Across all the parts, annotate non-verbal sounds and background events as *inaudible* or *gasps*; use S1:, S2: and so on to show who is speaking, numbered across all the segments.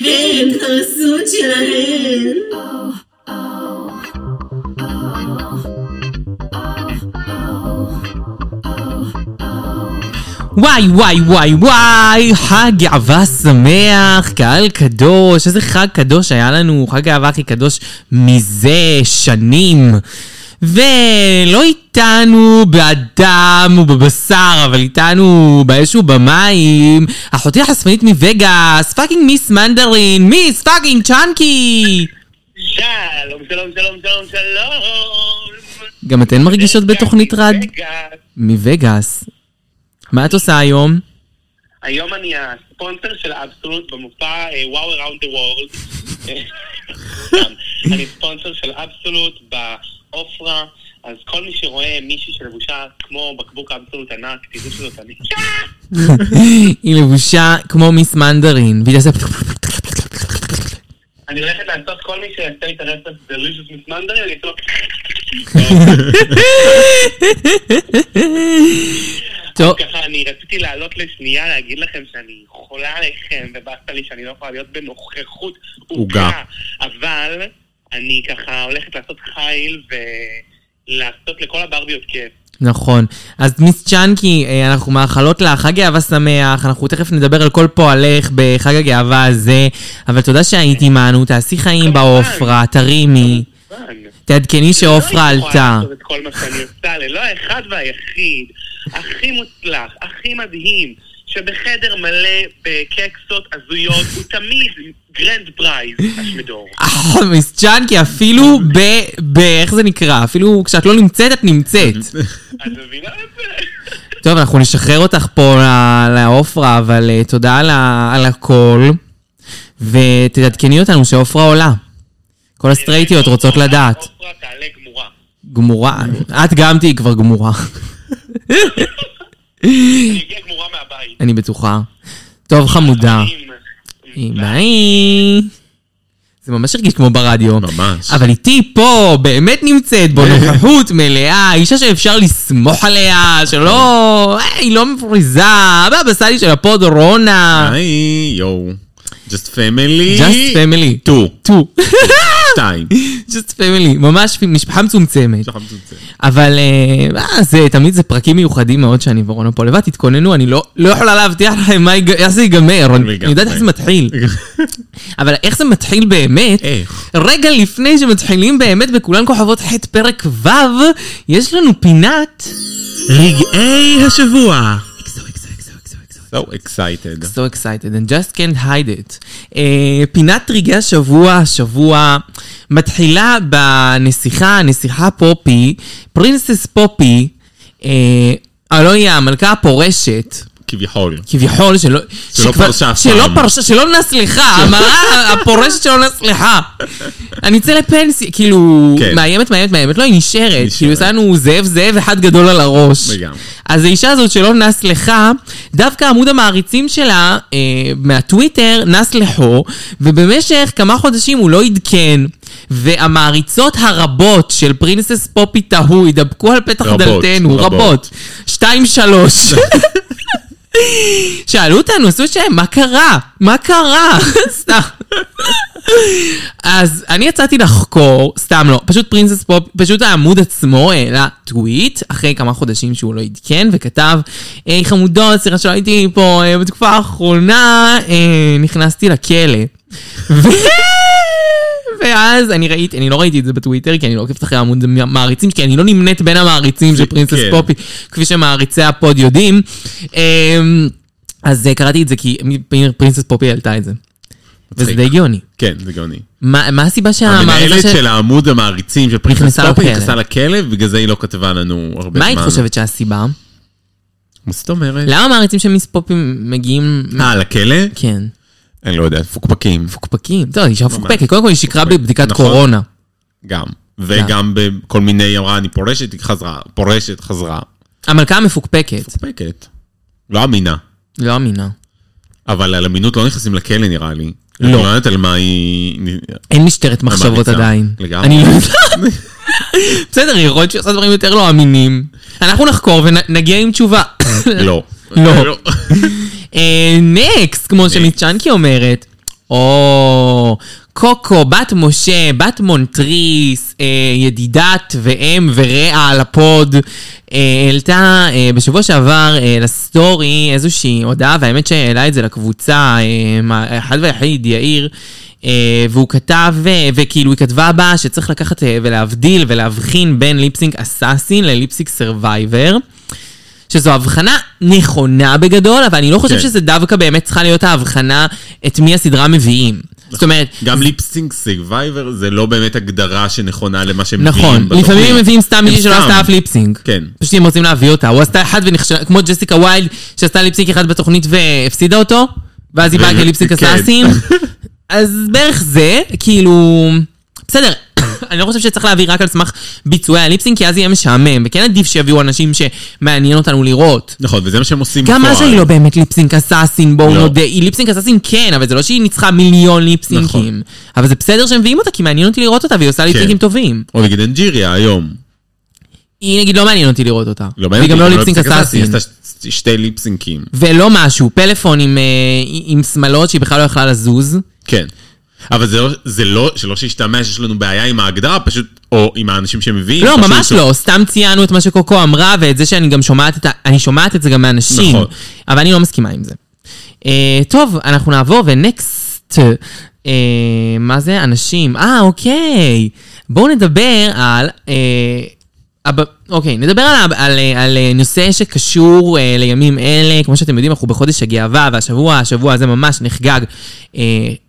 S1: הן פרסות שלהן.
S2: וואי וואי וואי וואי, חג גאווה שמח, קהל קדוש, איזה חג קדוש היה לנו, חג גאווה הכי קדוש מזה שנים. ולא איתנו באדם ובבשר, אבל איתנו באש ובמים, אחותי החשפנית מווגאס, פאקינג מיס מנדרין, מיס פאקינג צ'אנקי!
S3: שלום, שלום, שלום, שלום, שלום.
S2: גם אתן מרגישות בתוכנית רד?
S3: רגע,
S2: מווגאס. מה את עושה היום? *gasps*
S3: היום אני הספונסר של אבסולוט במופע אה, וואו אראונד דה וורד. אה, אני ספונסר של אבסולוט בעופרה, אז כל מי שרואה מישהי שלבושה כמו בקבוק אבסולוט ענק, תדעו שזאת אני.
S2: היא לבושה כמו מיס מנדרין, והיא עושה...
S3: אני הולכת לעשות כל מי שיעשה לי את הרצף דלישוס מיס מנדרין, אני אעשה לו...
S2: טוב,
S3: ככה, אני רציתי לעלות לשנייה להגיד לכם שאני חולה עליכם, ובאסת לי שאני לא יכולה להיות בנוכחות עוגה. אבל אני ככה הולכת לעשות חיל ולעשות לכל הברביות כיף.
S2: נכון. אז מיס צ'אנקי, אה, אנחנו מאחלות לך חג גאווה שמח, אנחנו תכף נדבר על כל פועלך בחג הגאווה הזה, אבל תודה שהיית עימנו, תעשי חיים
S3: כמובן.
S2: בעופרה, תרימי, תעדכני שעופרה
S3: לא הייתי יכולה
S2: עלתה.
S3: לעשות את כל מה שאני עושה ללא האחד והיחיד, הכי מוצלח, הכי מדהים, שבחדר מלא בקקסות הזויות, הוא תמיד גרנד פרייז, אשמדור.
S2: אה, מיס צ'אנקי, אפילו ב... ב... איך זה נקרא? אפילו כשאת לא נמצאת, את נמצאת.
S3: את מבינה את זה?
S2: טוב, אנחנו נשחרר אותך פה ל- לעופרה, אבל אה, תודה על, ה- על הכל. ותעדכני אותנו שעופרה עולה. כל הסטרייטיות רוצות לדעת.
S3: עופרה תעלה גמורה.
S2: גמורה. את גם תהיי כבר גמורה.
S3: אני אגיע גמורה מהבית.
S2: אני בטוחה. טוב, חמודה.
S3: עם-
S2: ביי. זה ממש הרגיש כמו ברדיו.
S4: ממש.
S2: אבל איתי פה באמת נמצאת בו נוכחות מלאה, אישה שאפשר לסמוך עליה, שלא... אה, היא לא מפריזה. הבבא סאלי של הפוד רונה.
S4: היי, יואו. Just family.
S2: אה. Just family. *laughs*
S4: טו.
S2: טו. *laughs*
S4: שתיים.
S2: Just family, ממש משפחה מצומצמת.
S4: שחם צוצה.
S2: אבל אה, אה, זה, תמיד זה פרקים מיוחדים מאוד שאני ורונה פה לבד, תתכוננו, אני לא, לא יכולה להבטיח לכם מה, ייג- איך זה ייגמר, אני
S4: וגם-
S2: יודעת איך זה
S4: *laughs*
S2: מתחיל. אבל איך זה מתחיל באמת?
S4: איך?
S2: רגע לפני שמתחילים באמת בכולן כוכבות ח' פרק ו', יש לנו פינת...
S4: רגעי השבוע. So excited.
S2: so excited and just can't hide it. Uh, פינת רגעי השבוע, השבוע מתחילה בנסיכה, הנסיכה פופי, פרינסס פופי, אה, הלא היא המלכה הפורשת.
S4: כביכול.
S2: כביכול, שלא,
S4: שלא לא פרשה אף
S2: שלא
S4: פעם.
S2: פרשה, שלא נסלחה, המראה הפורשת שלא נסלחה. אני אצא לפנסיה, כאילו,
S4: כן.
S2: מאיימת, מאיימת, מאיימת, לא, היא נשארת.
S4: נשארת.
S2: כאילו, יש לנו זאב זאב אחד גדול על הראש.
S4: לגמרי.
S2: אז האישה הזאת שלא נסלחה, דווקא עמוד המעריצים שלה אה, מהטוויטר נס לחו, ובמשך כמה חודשים הוא לא עדכן. והמעריצות הרבות של פרינסס פופי טהו ידבקו על פתח
S4: רבות,
S2: דלתנו,
S4: רבות.
S2: רבות. שתיים,
S4: *laughs*
S2: שלוש. שאלו אותנו, עשו שם, מה קרה? מה קרה? *laughs* סתם. אז אני יצאתי לחקור, סתם לא, פשוט פרינסס פופ, פשוט העמוד עצמו העלה טוויט, אחרי כמה חודשים שהוא לא עדכן, וכתב, היי חמודות, סליחה שלא הייתי פה אה, בתקופה האחרונה, אה, נכנסתי לכלא. ו- ואז אני ראיתי, אני לא ראיתי את זה בטוויטר, כי אני לא עוקבת אחרי העמוד המעריצים, כי אני לא נמנית בין המעריצים של פרינסס
S4: כן.
S2: פופי, כפי שמעריצי הפוד יודעים. אמ, אז אה, קראתי את זה כי מ- פרינסס פופי העלתה את זה. וזה
S4: מצחיק.
S2: די גאוני.
S4: כן, זה גאוני.
S2: מה מה הסיבה שהמעריצה
S4: המנהלת
S2: של...
S4: של העמוד המעריצים של פרינסס
S2: נכנסה
S4: פופי
S2: לכלא.
S4: נכנסה לכלא, בגלל זה היא לא כתבה לנו הרבה זמן.
S2: מה היית חושבת שהסיבה?
S4: מה זאת אומרת?
S2: למה המעריצים של מיס פופי מגיעים...
S4: אה, לכלא?
S2: כן,
S4: אני לא יודע, מפוקפקים.
S2: מפוקפקים. טוב, אישה מפוקפקת, קודם כל היא שיקרה בבדיקת
S4: נכון.
S2: קורונה.
S4: גם. וגם בכל מיני, היא אמרה, אני פורשת, היא חזרה. פורשת, חזרה.
S2: המלכה המפוקפקת,
S4: מפוקפקת. לא אמינה.
S2: לא אמינה.
S4: אבל על אמינות לא נכנסים לכלא נראה לי. לא. אני לא יודעת על מה היא...
S2: אין משטרת מחשבות
S4: המעריצה.
S2: עדיין.
S4: לגמרי.
S2: אני לא יודעת. בסדר, יכול להיות שהיא עושה דברים יותר לא אמינים. אנחנו נחקור ונגיע עם תשובה.
S4: לא. *laughs*
S2: אה, לא. נקסט, כמו שמיס צ'אנקי אומרת. או קוקו, בת משה, בת מונטריס, אה, ידידת ואם ורע על הפוד, אה, העלתה אה, בשבוע שעבר אה, לסטורי איזושהי הודעה, והאמת שהעלה את זה לקבוצה, אה, מה- האחד והיחיד, יאיר. אה, והוא כתב, אה, וכאילו היא כתבה בה שצריך לקחת אה, ולהבדיל ולהבחין בין ליפסינג אסאסין לליפסינג סרווייבר. שזו הבחנה נכונה בגדול, אבל אני לא חושב
S4: כן.
S2: שזה דווקא באמת צריכה להיות ההבחנה את מי הסדרה מביאים.
S4: נכון.
S2: זאת אומרת,
S4: גם ליפסינג סרווייבר זה לא באמת הגדרה שנכונה למה שהם מביאים
S2: נכון,
S4: בתוכנית.
S2: לפעמים הם מביאים סתם מישהי שלא
S4: סתם.
S2: עשתה אף ליפסינג.
S4: כן.
S2: פשוט הם רוצים להביא אותה, הוא עשתה אחד ונכשלה, כמו ג'סיקה ויילד, שעשתה ליפסינג אחד בתוכנית והפסידה אותו, ואז היא באה
S4: ו-
S2: כליפסינג
S4: כן. *laughs*
S2: אסאסין. אז בערך זה, כאילו... בסדר, *coughs* אני לא חושב שצריך להביא רק על סמך ביצועי הליפסינג, כי אז יהיה משעמם, וכן עדיף שיביאו אנשים שמעניין אותנו לראות.
S4: נכון, וזה מה שהם עושים
S2: גם אז היא לא באמת ליפסינק אסאסין, בואו
S4: לא.
S2: נודה. היא ליפסינק אסאסין כן, אבל זה לא שהיא ניצחה מיליון ליפסינקים.
S4: נכון. כן.
S2: אבל זה בסדר שהם מביאים אותה, כי מעניין אותי לראות אותה, והיא עושה ליפסינקים טובים.
S4: או נגיד אנג'יריה היום.
S2: היא נגיד לא מעניין אותי לראות אותה.
S4: לא
S2: והיא
S4: מעניין
S2: גם
S4: אותי,
S2: לא
S4: אבל
S2: ליפסינק
S4: היא
S2: אסאסין.
S4: עשתה ש- שתי ליפסינקים.
S2: ולא משהו, פלאפון עם, אה, עם שמלות שהיא בכלל לא יכלה לזוז.
S4: כן. אבל זה לא, זה לא, שלא שישתמע שיש לנו בעיה עם ההגדרה, פשוט, או עם האנשים שמביאים.
S2: לא,
S4: פשוט-
S2: ממש לא, סתם ציינו את מה שקוקו אמרה, ואת זה שאני גם שומעת את ה... אני שומעת את זה גם מאנשים.
S4: נכון.
S2: אבל אני לא מסכימה עם זה. אה, טוב, אנחנו נעבור ונקסט. אה, מה זה? אנשים. אה, אוקיי. בואו נדבר על... אה, הב- אוקיי, נדבר על, ה- על, אה, על אה, נושא שקשור אה, לימים אלה. כמו שאתם יודעים, אנחנו בחודש הגאווה, והשבוע, השבוע הזה ממש נחגג. אה,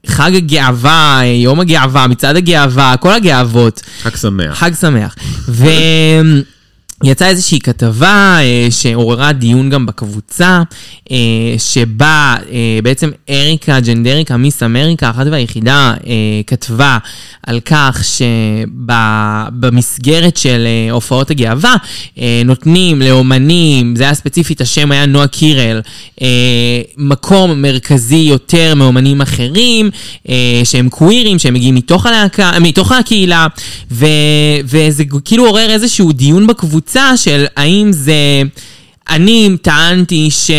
S2: חג הגאווה, אה, יום הגאווה, מצעד הגאווה, כל הגאוות.
S4: חג שמח.
S2: חג שמח. ויצאה איזושהי כתבה אה, שעוררה דיון גם בקבוצה, אה, שבה אה, בעצם אריקה ג'נדריקה, מיס אמריקה, אחת והיחידה, אה, כתבה על כך שבמסגרת של אה, הופעות הגאווה, אה, נותנים לאומנים, זה היה ספציפית, השם היה נועה קירל, אה, מקום מרכזי יותר מאומנים אחרים, אה, שהם קווירים, שהם מגיעים מתוך, הלהקה, אה, מתוך הקהילה, ו, וזה כאילו עורר איזשהו דיון בקבוצה של האם זה... אני טענתי ש...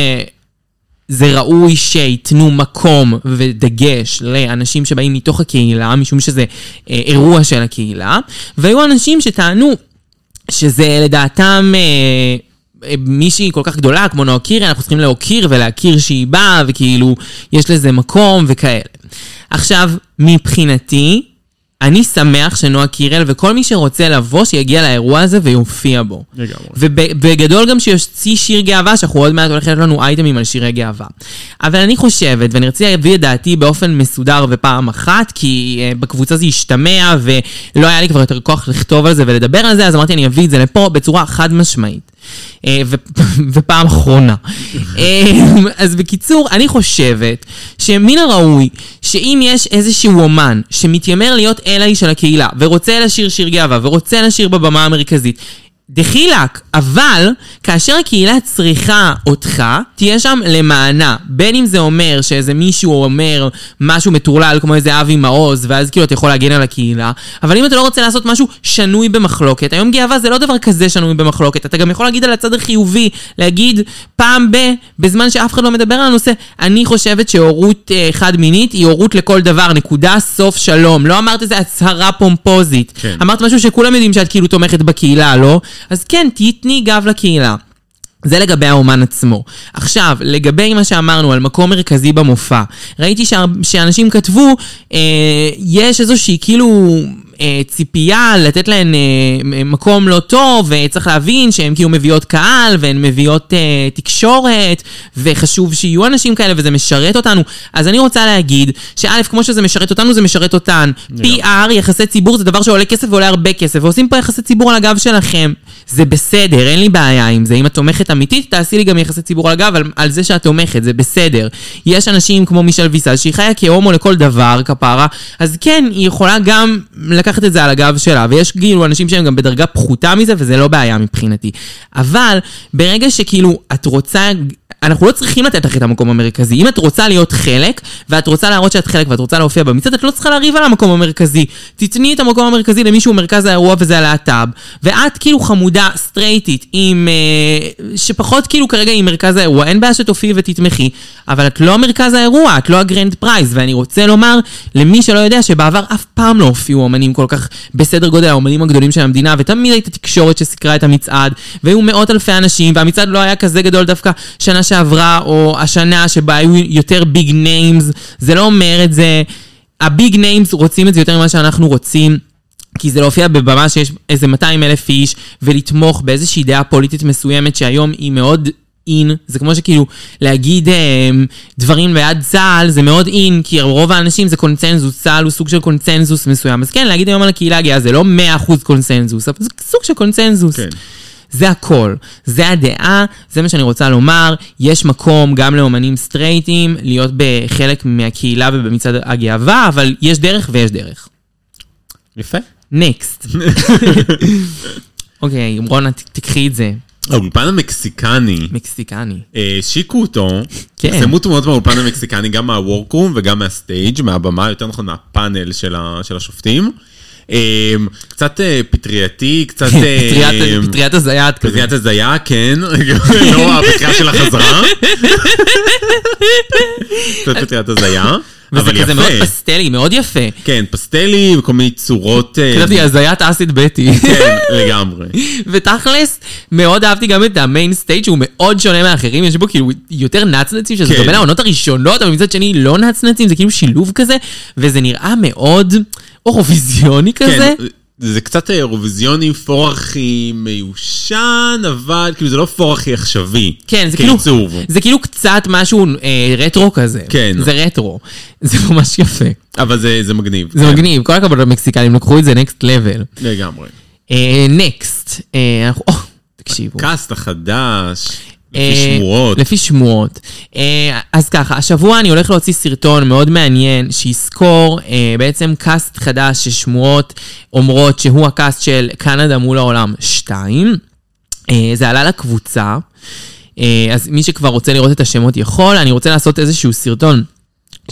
S2: זה ראוי שייתנו מקום ודגש לאנשים שבאים מתוך הקהילה, משום שזה אה, אירוע של הקהילה, והיו אנשים שטענו שזה לדעתם אה, אה, מישהי כל כך גדולה כמו נועה קירי, אנחנו צריכים להוקיר ולהכיר שהיא באה, וכאילו יש לזה מקום וכאלה. עכשיו, מבחינתי, אני שמח שנועה קירל וכל מי שרוצה לבוא, שיגיע לאירוע הזה ויופיע בו.
S4: לגמרי.
S2: ובגדול גם שיוציא שיר גאווה, שאנחנו עוד מעט הולך להיות לנו אייטמים על שירי גאווה. אבל אני חושבת, ואני ארצה להביא את דעתי באופן מסודר ופעם אחת, כי אה, בקבוצה זה השתמע, ולא היה לי כבר יותר כוח לכתוב על זה ולדבר על זה, אז אמרתי, אני אביא את זה לפה בצורה חד משמעית. אה, ו- *laughs* ופעם אחרונה. אה, אז בקיצור, אני חושבת שמן הראוי שאם יש איזשהו אומן שמתיימר להיות אליי של הקהילה, ורוצה לשיר שיר גאווה, ורוצה לשיר בבמה המרכזית, דחילק, אבל כאשר הקהילה צריכה אותך, תהיה שם למענה. בין אם זה אומר שאיזה מישהו אומר משהו מטורלל כמו איזה אבי מעוז, ואז כאילו אתה יכול להגן על הקהילה, אבל אם אתה לא רוצה לעשות משהו שנוי במחלוקת, היום גאווה זה לא דבר כזה שנוי במחלוקת, אתה גם יכול להגיד על הצד החיובי, להגיד פעם ב, בזמן שאף אחד לא מדבר על הנושא, אני חושבת שהורות אה, חד מינית היא הורות לכל דבר, נקודה, סוף שלום. לא אמרת איזה הצהרה פומפוזית.
S4: כן.
S2: אמרת משהו שכולם יודעים שאת כאילו תומכת בקהילה, לא? אז כן, תתני גב לקהילה. זה לגבי האומן עצמו. עכשיו, לגבי מה שאמרנו על מקום מרכזי במופע, ראיתי שה- שאנשים כתבו, אה, יש איזושהי כאילו אה, ציפייה לתת להן אה, מקום לא טוב, וצריך להבין שהן כאילו מביאות קהל, והן מביאות אה, תקשורת, וחשוב שיהיו אנשים כאלה, וזה משרת אותנו. אז אני רוצה להגיד, שא', כמו שזה משרת אותנו, זה משרת אותן. PR, יחסי ציבור, זה דבר שעולה כסף ועולה הרבה כסף, ועושים פה יחסי ציבור על הגב שלכם. זה בסדר, אין לי בעיה עם זה. אם את תומכת אמיתית, תעשי לי גם יחסי ציבור על הגב על, על זה שאת תומכת, זה בסדר. יש אנשים כמו מישל ויסל, שהיא חיה כהומו לכל דבר, כפרה, אז כן, היא יכולה גם לקחת את זה על הגב שלה, ויש כאילו אנשים שהם גם בדרגה פחותה מזה, וזה לא בעיה מבחינתי. אבל, ברגע שכאילו את רוצה... אנחנו לא צריכים לתת לך את המקום המרכזי. אם את רוצה להיות חלק, ואת רוצה להראות שאת חלק ואת רוצה להופיע במצעד, את לא צריכה לריב על המקום המרכזי. תתני את המקום המרכזי למישהו במרכז האירוע וזה הלהט"ב. ואת כאילו חמודה סטרייטית עם... אה, שפחות כאילו כרגע היא מרכז האירוע, אין בעיה שתופיעי ותתמכי, אבל את לא מרכז האירוע, את לא הגרנד פרייז. ואני רוצה לומר למי שלא יודע שבעבר אף פעם לא הופיעו אמנים כל כך בסדר גודל האמנים הגדולים של המדינה, ותמיד הייתה תקשורת שסיקרה את המצעד, והיו מאות אלפי אנשים, והמצעד לא היה כזה גדול דווקא שנה שעברה, או השנה שבה היו יותר ביג ניימס, זה לא אומר את זה. הביג ניימס רוצים את זה יותר ממה שאנחנו רוצים. כי זה להופיע בבמה שיש איזה 200 אלף איש, ולתמוך באיזושהי דעה פוליטית מסוימת שהיום היא מאוד אין. זה כמו שכאילו להגיד אה, דברים בעד צה"ל זה מאוד אין, כי רוב האנשים זה קונצנזוס, צה"ל הוא סוג של קונצנזוס מסוים. אז כן, להגיד היום על הקהילה הגאה זה לא 100% קונצנזוס, אבל זה סוג של קונצנזוס.
S4: כן.
S2: זה הכל, זה הדעה, זה מה שאני רוצה לומר, יש מקום גם לאומנים סטרייטים להיות בחלק מהקהילה ובמצעד הגאווה, אבל יש דרך ויש דרך.
S4: יפה.
S2: נקסט.
S4: *laughs*
S2: אוקיי, רונה, ת- תקחי את זה.
S4: האולפן המקסיקני,
S2: מקסיקני.
S4: אה, השיקו אותו,
S2: כן.
S4: פרסמו תמונות מהאולפן המקסיקני, גם מהוורקרום וגם מהסטייג', מהבמה, יותר נכון מהפאנל של ה- של השופטים. אה, קצת אה, פטרייתי, קצת...
S2: כן,
S4: אה,
S2: פטריית- פטריית הזיית כזה.
S4: פטריית הזיה, כן, *laughs* לא הפטריה של החזרה. קצת פטריית הזיה,
S2: וזה
S4: אבל
S2: כזה מאוד
S4: יפה.
S2: פסטלי, מאוד יפה.
S4: כן, פסטלי, כל מיני צורות... אה,
S2: כתבתי הזיית אסיד בטי.
S4: *laughs* כן, לגמרי.
S2: ותכלס, מאוד אהבתי גם את המיין סטייג' שהוא מאוד שונה מאחרים, יש בו כאילו יותר נצנצים, שזה
S4: כן.
S2: גם בין העונות הראשונות, אבל מצד שני לא נצנצים, זה כאילו שילוב כזה, וזה נראה מאוד אירוויזיוני כזה.
S4: כן, זה קצת אירוויזיוני, פורחי מיושן, אבל כאילו זה לא פורחי עכשווי.
S2: כן, זה כאילו,
S4: כעיצוב.
S2: זה כאילו קצת משהו אה, רטרו כזה.
S4: כן.
S2: זה רטרו. זה ממש יפה.
S4: אבל זה זה מגניב. כן,
S2: זה מגניב, כל הכבוד למקסיקנים, לקחו את זה נקסט לבל.
S4: לגמרי.
S2: נקסט, אה, אנחנו... *laughs* או, תקשיבו.
S4: קאסט החדש,
S2: אה,
S4: לפי שמועות.
S2: לפי שמועות. אה, אז ככה, השבוע אני הולך להוציא סרטון מאוד מעניין שיסקור אה, בעצם קאסט חדש ששמועות אומרות שהוא הקאסט של קנדה מול העולם 2. אה, זה עלה לקבוצה, אה, אז מי שכבר רוצה לראות את השמות יכול, אני רוצה לעשות איזשהו סרטון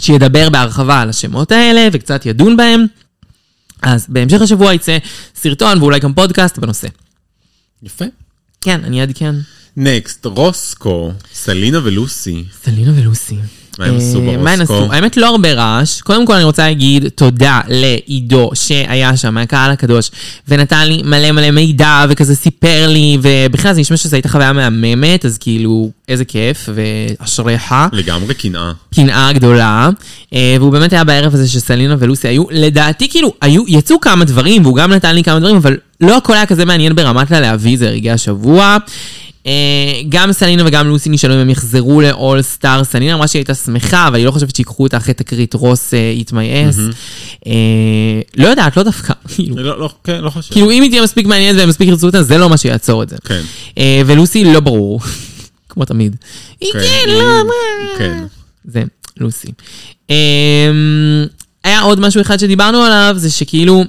S2: שידבר בהרחבה על השמות האלה וקצת ידון בהם. אז בהמשך השבוע יצא סרטון ואולי גם פודקאסט בנושא.
S4: יפה.
S2: כן, אני אעדכן.
S4: נקסט, רוסקו, סלינה ולוסי.
S2: סלינה ולוסי.
S4: מה הם עשו
S2: אה,
S4: ברוסקו?
S2: מה הם עשו? האמת לא הרבה רעש. קודם כל אני רוצה להגיד תודה לעידו שהיה שם, מהקהל הקדוש, ונתן לי מלא מלא מידע, וכזה סיפר לי, ובכלל זה נשמע שזו הייתה חוויה מהממת, אז כאילו, איזה כיף, ואשריך.
S4: לגמרי קנאה.
S2: קנאה גדולה, אה, והוא באמת היה בערב הזה שסלינה ולוסי היו, לדעתי כאילו, היו, יצאו כמה דברים, והוא גם נתן לי כמה דברים, אבל לא הכל היה כזה מעניין ברמת לה להביא את זה לרגעי השבוע. אה, גם סלינה וגם לוסי נשאלו אם הם יחזרו לאול סטאר. סלינה אמרה שהיא הייתה שמחה, אבל היא לא חושבת שיקחו אותה אחרי תקרית רוס אה, It My Ass. אה, לא יודעת, לא דווקא, *laughs* כאילו.
S4: לא, לא, כן, לא חושב.
S2: כאילו, אם היא תהיה מספיק מעניינת והם מספיק ירצו אותה, זה לא מה שיעצור את זה.
S4: כן.
S2: אה, ולוסי לא ברור, *laughs* כמו תמיד. היא
S4: כן,
S2: כן,
S4: היא-
S2: לא, מה...
S4: כן.
S2: זה לוסי. אמ, היה עוד משהו אחד שדיברנו עליו, זה שכאילו...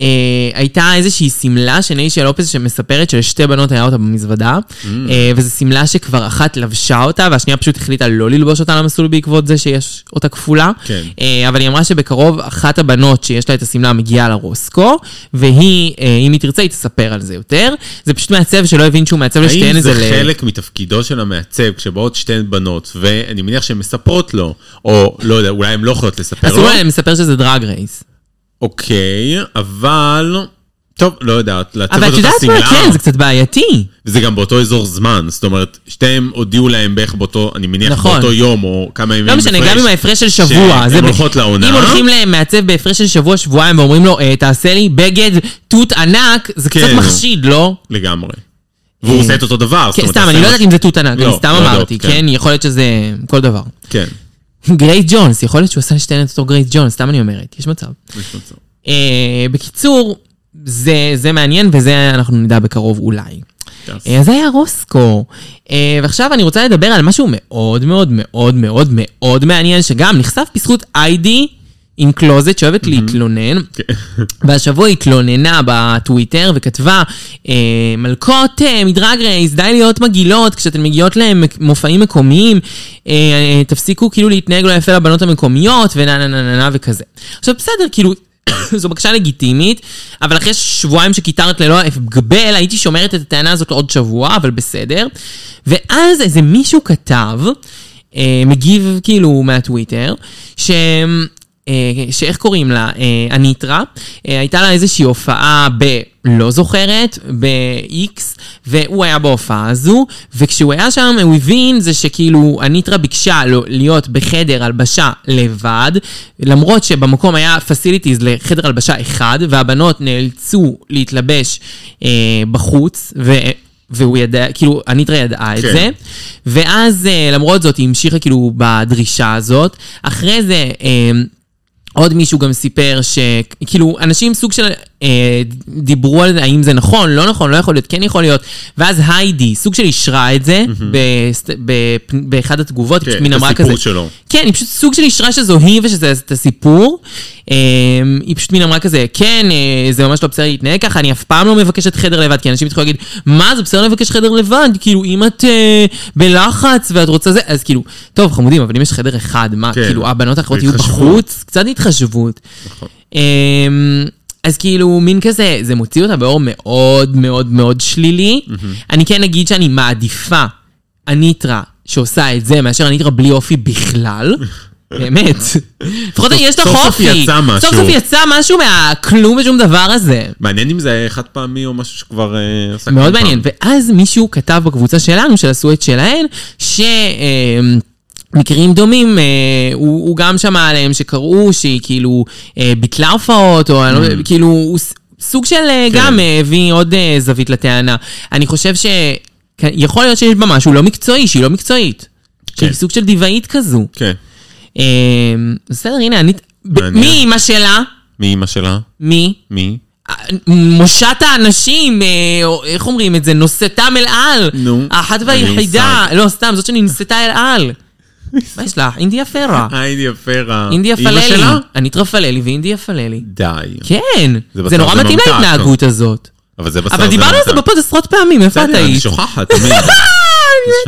S2: אה, הייתה איזושהי שמלה של ניישה לופס שמספרת שלשתי בנות היה אותה במזוודה, אה,
S4: Mm.
S2: וזו שמלה שכבר אחת לבשה אותה, והשנייה פשוט החליטה לא ללבוש אותה למסלול בעקבות זה שיש אותה כפולה.
S4: כן.
S2: אה, אבל היא אמרה שבקרוב אחת הבנות שיש לה את השמלה מגיעה לרוסקו, והיא, אה, אם היא תרצה, היא תספר על זה יותר. זה פשוט מעצב שלא הבין שהוא מעצב לשתיהן
S4: האם
S2: איזה...
S4: זה
S2: ל-
S4: חלק מתפקידו של המעצב, כשבאות שתי בנות, ואני מניח שהן מספרות לו, או לא יודע, אולי הן לא יכולות לספר לו?
S2: אסור להם לספר שזה דרג רייס.
S4: אוקיי, אבל... טוב, לא יודעת, לעצב
S2: אבל את
S4: אותו את
S2: יודעת מה,
S4: השמלה,
S2: כן, זה קצת בעייתי.
S4: וזה גם באותו אזור זמן, זאת אומרת, שתיהם הודיעו להם בערך באותו, אני מניח,
S2: נכון.
S4: באותו יום, או כמה ימים
S2: לא משנה,
S4: הפרש,
S2: גם אם ההפרש של שבוע.
S4: שהן
S2: זה ב-
S4: הולכות לעונה.
S2: אם הולכים למעצב בהפרש של שבוע, שבועיים, ואומרים לו, "אה, תעשה לי בגד תות ענק, זה קצת
S4: כן.
S2: מחשיד, לא?
S4: לגמרי. והוא עושה את אותו דבר. זאת
S2: כן,
S4: אומרת,
S2: סתם,
S4: עושה
S2: אני לא יודעת
S4: משהו-
S2: אם זה תות ענק,
S4: לא,
S2: אני סתם
S4: לא יודעות,
S2: אמרתי,
S4: כן.
S2: כן? יכול להיות שזה כל דבר. *laughs*
S4: כן,
S2: גרייט ג'ונס, יכול להיות שהוא עשה לשתיהן את אותו גרייט ג'ונס, סתם אני אומרת, יש מצב.
S4: יש מצב.
S2: אה, בקיצור, זה, זה מעניין וזה אנחנו נדע בקרוב אולי.
S4: Yes.
S2: אה, אז זה היה רוסקו. אה, ועכשיו אני רוצה לדבר על משהו מאוד מאוד מאוד מאוד מאוד מעניין, שגם נחשף בזכות איידי עם קלוזט שאוהבת להתלונן,
S4: כן,
S2: והשבוע התלוננה בטוויטר וכתבה, אה, מלכות אה, מדרג רייס, די להיות מגעילות כשאתן מגיעות למופעים מקומיים, אה, אה, תפסיקו כאילו להתנהג לא יפה לבנות המקומיות, ונה נה נה נה נה וכזה. עכשיו בסדר, כאילו... *coughs* זו בקשה לגיטימית, אבל אחרי שבועיים שקיטרת ללא הגבל, הייתי שומרת את הטענה הזאת לעוד שבוע, אבל בסדר. ואז איזה מישהו כתב, אה, מגיב כאילו מהטוויטר, ש... אה, שאיך קוראים לה? אה, אניטרה. אה, הייתה לה איזושהי הופעה ב... לא זוכרת, ב-X, והוא היה בהופעה הזו, וכשהוא היה שם, הוא הבין זה שכאילו אניטרה ביקשה לו להיות בחדר הלבשה לבד, למרות שבמקום היה פסיליטיז לחדר הלבשה אחד, והבנות נאלצו להתלבש אה, בחוץ, ו... והוא ידע, כאילו, אניטרה ידעה את
S4: כן.
S2: זה, ואז אה, למרות זאת היא המשיכה כאילו בדרישה הזאת. אחרי זה, אה, עוד מישהו גם סיפר שכאילו אנשים סוג של אה, דיברו על האם זה נכון, לא נכון, לא יכול להיות, כן יכול להיות, ואז היידי סוג של אישרה את זה בסט- בפ- באחד התגובות, היא
S4: כן,
S2: פשוט מין
S4: את
S2: אמרה כזה.
S4: הסיפור שלו.
S2: כן, היא פשוט סוג של אישרה שזו היא ושזה את הסיפור. אה, היא פשוט מין אמרה כזה, כן, אה, זה ממש לא בסדר להתנהג ככה, אני אף פעם לא מבקשת חדר לבד, כי אנשים יתחילו להגיד, מה, זה בסדר לבקש חדר לבד? כאילו, אם את אה, בלחץ ואת רוצה זה, אז כאילו, טוב, חמודים, אבל אם יש חדר אחד, מה,
S4: כן.
S2: כאילו, הבנות האחרות יהיו
S4: בהתחשבות. נכון.
S2: בחוץ? קצת התחשבות. אמ, אז כאילו, מין כזה, זה מוציא אותה באור מאוד מאוד מאוד שלילי. אני כן אגיד שאני מעדיפה אניטרה שעושה את זה, מאשר אניטרה בלי אופי
S4: *laughs*
S2: בכלל. באמת. לפחות יש לך
S4: סוף סוף
S2: אופי.
S4: יצא משהו.
S2: סוף סוף יצא משהו מהכלום ושום דבר הזה.
S4: *laughs* מעניין אם זה חד פעמי או משהו שכבר אה, עסקנו
S2: מאוד
S4: פעם.
S2: מעניין. ואז מישהו כתב בקבוצה שלנו, של עשו את שלהן, ש... אמ, מקרים דומים, אה, הוא, הוא גם שמע עליהם שקראו שהיא כאילו אה, ביטלה הופעות, או אני לא יודע, כאילו הוא ס- סוג של אה,
S4: Mm. כן.
S2: גם אה, הביא עוד אה, זווית לטענה. אני חושב שיכול להיות שיש בה משהו לא מקצועי, שהיא לא מקצועית. שהיא סוג של דיוואית כזו.
S4: כן,
S2: אה, בסדר, הנה, אני... ב-
S4: מעניין.
S2: מי אימא שלה?
S4: מאימא שלה?
S2: מי?
S4: מי?
S2: מושת האנשים, אה, או- איך אומרים את זה? נושאתם אל על.
S4: נו,
S2: האחת
S4: אין לי
S2: והיחידה. לא, סתם, זאת שננשאתה אל
S4: *laughs*
S2: על. מה יש לך? אינדיה פרה.
S4: אינדיה פרה.
S2: אינדיה
S4: אימא
S2: פללי.
S4: לא שלה?
S2: אנית פללי ואינדיה פללי.
S4: די.
S2: כן,
S4: זה
S2: זה
S4: בשר
S2: נורא
S4: זה
S2: מתאים
S4: ממתק,
S2: להתנהגות הזאת.
S4: אבל זה בשר.
S2: אבל דיברנו על זה
S4: ממתק.
S2: בפוד עשרות פעמים, איפה את
S4: בסדר, אני
S2: היית?
S4: שוכחת, תמיד.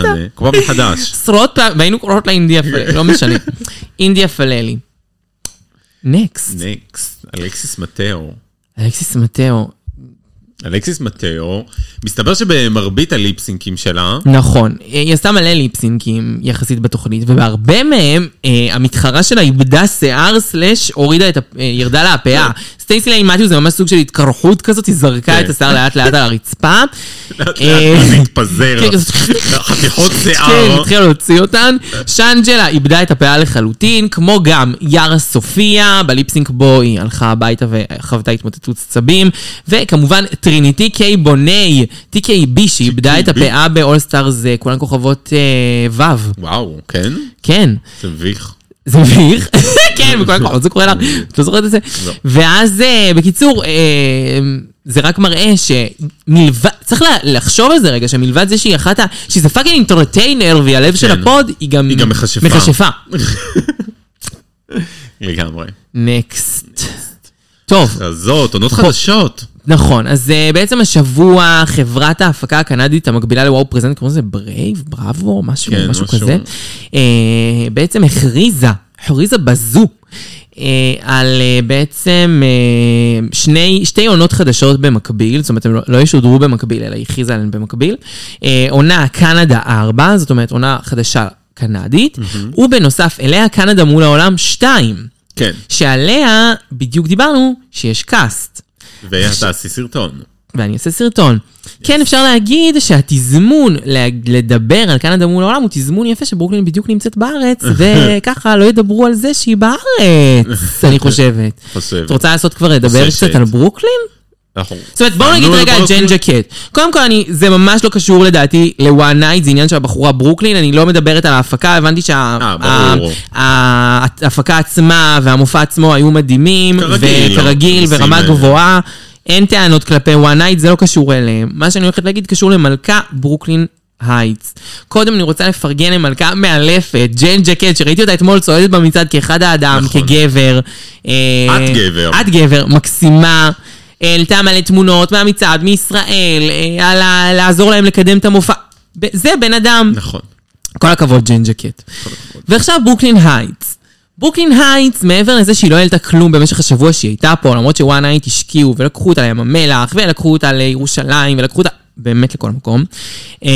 S4: משנה. כל פעם מחדש.
S2: עשרות פעמים, והיינו קוראות לה אינדיה פללי, לא
S4: *laughs*
S2: משנה. אינדיה פללי. נקסט,
S4: נקסט, אלכסיס מתאו.
S2: אלכסיס מתאו.
S4: אלכסיס מתאו, מסתבר שבמרבית הליפסינקים שלה,
S2: נכון, היא עשתה מלא ליפסינקים יחסית בתוכנית, ובהרבה מהם אה, המתחרה שלה איבדה שיער סלאש הורידה את, ה- אה, ירדה לה הפאה. סטייסי ליין מתיו זה ממש סוג של התקרחות כזאת, היא זרקה
S4: כן.
S2: את השיער לאט לאט על הרצפה. *laughs*
S4: לאט
S2: אה,
S4: לאט מתפזר,
S2: כן, כזה-
S4: חתיכות
S2: כן,
S4: שיער. לא?
S2: התחילה להוציא אותן. שאנג'לה איבדה את הפאה לחלוטין, כמו גם יארה סופיה, בליפסינק בו היא הלכה הביתה וחוותה התמוטטות עצבים, וכמובן טריניטי קיי בוני, TKB שאיבדה את הפאה באולסטאר זה, כולן כוכבות אה, ו',
S4: וואו, כן?
S2: כן.
S4: זה מביך.
S2: זה מביך, *laughs* כן, בכל הכבוד, זה קורה לך, את לא זוכרת את זה?
S4: לא.
S2: ואז, אה, בקיצור, אה, זה רק מראה שמלבד, צריך לה- לחשוב על זה רגע, שמלבד זה שהיא אחת ה... שהיא זה פאקינג אינטרטיינר והיא הלב של
S4: כן.
S2: הפוד, היא גם...
S4: היא גם מכשפה.
S2: מכשפה.
S4: לגמרי.
S2: נקסט. טוב,
S4: זאת, עונות חדשות.
S2: נכון, אז אה, בעצם השבוע חברת ההפקה הקנדית המקבילה לוואו פרזנט, קוראים לזה ברייב, בראבו, משהו,
S4: כן,
S2: משהו
S4: משהו.
S2: כזה, אה, בעצם הכריזה, הכריזה בזו, אה, על אה, בעצם אה, שני, שתי עונות חדשות במקביל, זאת אומרת, הם לא- לא ישודרו במקביל, אלא היא הכריזה עליהן במקביל. אה, עונה קנדה 4, זאת אומרת עונה חדשה קנדית, ובנוסף אליה קנדה מול העולם 2,
S4: כן,
S2: שעליה בדיוק דיברנו שיש קאסט.
S4: ותעשי סרטון.
S2: ואני אעשה סרטון. כן, אפשר להגיד שהתזמון לה- לדבר על קנדה מול העולם הוא תזמון יפה שברוקלין בדיוק נמצאת בארץ, וככה לא ידברו על זה שהיא בארץ, אני חושבת.
S4: חושב.
S2: את רוצה לעשות כבר לדבר
S4: חוששת.
S2: קצת על ברוקלין?
S4: אנחנו-
S2: זאת אומרת, בואו נגיד
S4: נו,
S2: רגע על
S4: בואו-
S2: ג'ן ג'קט. קודם כל, אני, זה ממש לא קשור לדעתי לוואן נייט, זה עניין של הבחורה ברוקלין, אני לא מדברת על ההפקה, הבנתי
S4: אה, ברור.
S2: שההפקה עצמה והמופע עצמו היו מדהימים,
S4: כרגיל,
S2: וכרגיל,
S4: עושים,
S2: ורמה
S4: אה,
S2: גבוהה. אין טענות כלפי וואן נייט, זה לא קשור אליהם. מה שאני הולכת להגיד קשור למלכה ברוקלין הייטס. קודם אני רוצה לפרגן למלכה מאלפת, ג'יין ג'קט, שראיתי אותה אתמול צועדת במצעד כאחד האדם,
S4: נכון.
S2: כגבר. את
S4: את גבר.
S2: את גבר, מקסימה. העלתה מלא תמונות מהמצעד, מישראל, אה, על ה- לעזור להם לקדם את המופע. ב- זה בן אדם.
S4: נכון.
S2: כל הכבוד, ג'ין ג'קט. ועכשיו ברוקלין הייטס. ברוקלין הייטס, מעבר לזה שהיא לא העלתה כלום במשך השבוע שהיא הייתה פה, למרות שוואן הייט השקיעו ולקחו אותה לים המלח, ולקחו אותה לירושלים, ולקחו אותה באמת לכל מקום. אה,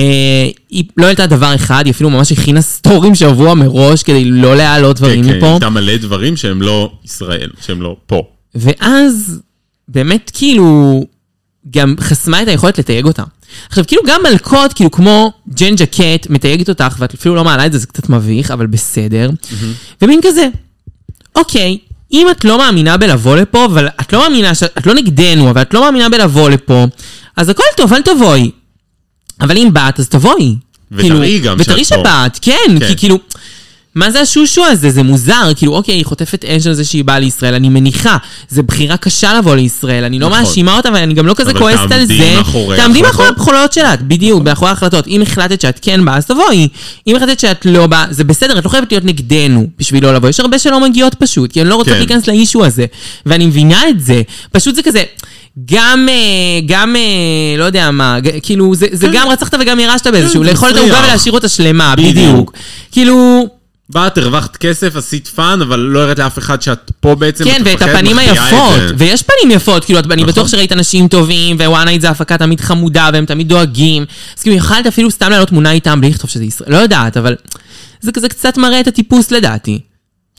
S2: היא לא העלתה דבר אחד, היא אפילו ממש הכינה סטורים שבוע מראש כדי לא להעלות דברים
S4: כן, כן,
S2: מפה.
S4: הייתה מלא דברים שהם לא ישראל, שהם לא פה.
S2: ואז באמת כאילו גם חסמה את היכולת לתייג אותה. עכשיו כאילו גם מלכות כאילו כמו ג'ן ג'קט מתייגת אותך ואת אפילו לא מעלה את זה זה קצת מביך אבל בסדר.
S4: Mm-hmm.
S2: ומין כזה, אוקיי. אם את לא מאמינה בלבוא לפה, אבל את לא מאמינה, ש... את לא נגדנו, אבל את לא מאמינה בלבוא לפה, אז הכל טוב, אל תבואי. אבל אם באת, אז תבואי. כאילו,
S4: ותראי גם
S2: ותראי
S4: שאת פה.
S2: שבאת, כן,
S4: כן.
S2: כי כאילו... מה זה השושו הזה? זה מוזר. כאילו, אוקיי, היא חוטפת אש על זה שהיא באה לישראל, אני מניחה. זו בחירה קשה לבוא לישראל, אני לא
S4: נכון.
S2: מאשימה אותה, ואני גם לא כזה
S4: אבל
S2: כועסת על
S4: תעמדי
S2: זה.
S4: מאחורי
S2: תעמדי מאחורי
S4: ההחלטות.
S2: הבחירות שלך, בדיוק, מאחורי ההחלטות. אם החלטת שאת כן באה, אז תבואי. אם החלטת שאת לא באה, זה בסדר, את לא חייבת להיות נגדנו בשביל לא לבוא. יש הרבה שלא מגיעות פשוט, כי הן לא רוצות
S4: כן.
S2: להיכנס לאישו הזה. ואני מבינה את זה. פשוט זה כזה... גם, אה, גם, אה, לא יודע מה, ג- כאילו, זה,
S4: כן.
S2: זה גם רצחת וגם ירשת באיזשהו,
S4: זה
S2: לאכול את
S4: מסריח.
S2: העוגה ולהשאיר אותה שלמה,
S4: כן, בדיוק.
S2: בדיוק. כאילו,
S4: באת, הרווחת כסף, עשית פאן, אבל לא הראת לאף אחד שאת פה בעצם.
S2: כן,
S4: את
S2: ואת
S4: מפחדת,
S2: הפנים
S4: מחביאה את
S2: היפות,
S4: זה.
S2: ויש פנים יפות, כאילו, את- אני
S4: נכון.
S2: בטוח שראית אנשים טובים, ווואנייט זה הפקה תמיד חמודה, והם תמיד דואגים, אז כאילו, יכלת אפילו סתם לעלות תמונה איתם בלי לכתוב שזה ישראל, לא יודעת, אבל זה כזה קצת מראה את הטיפוס לדעתי.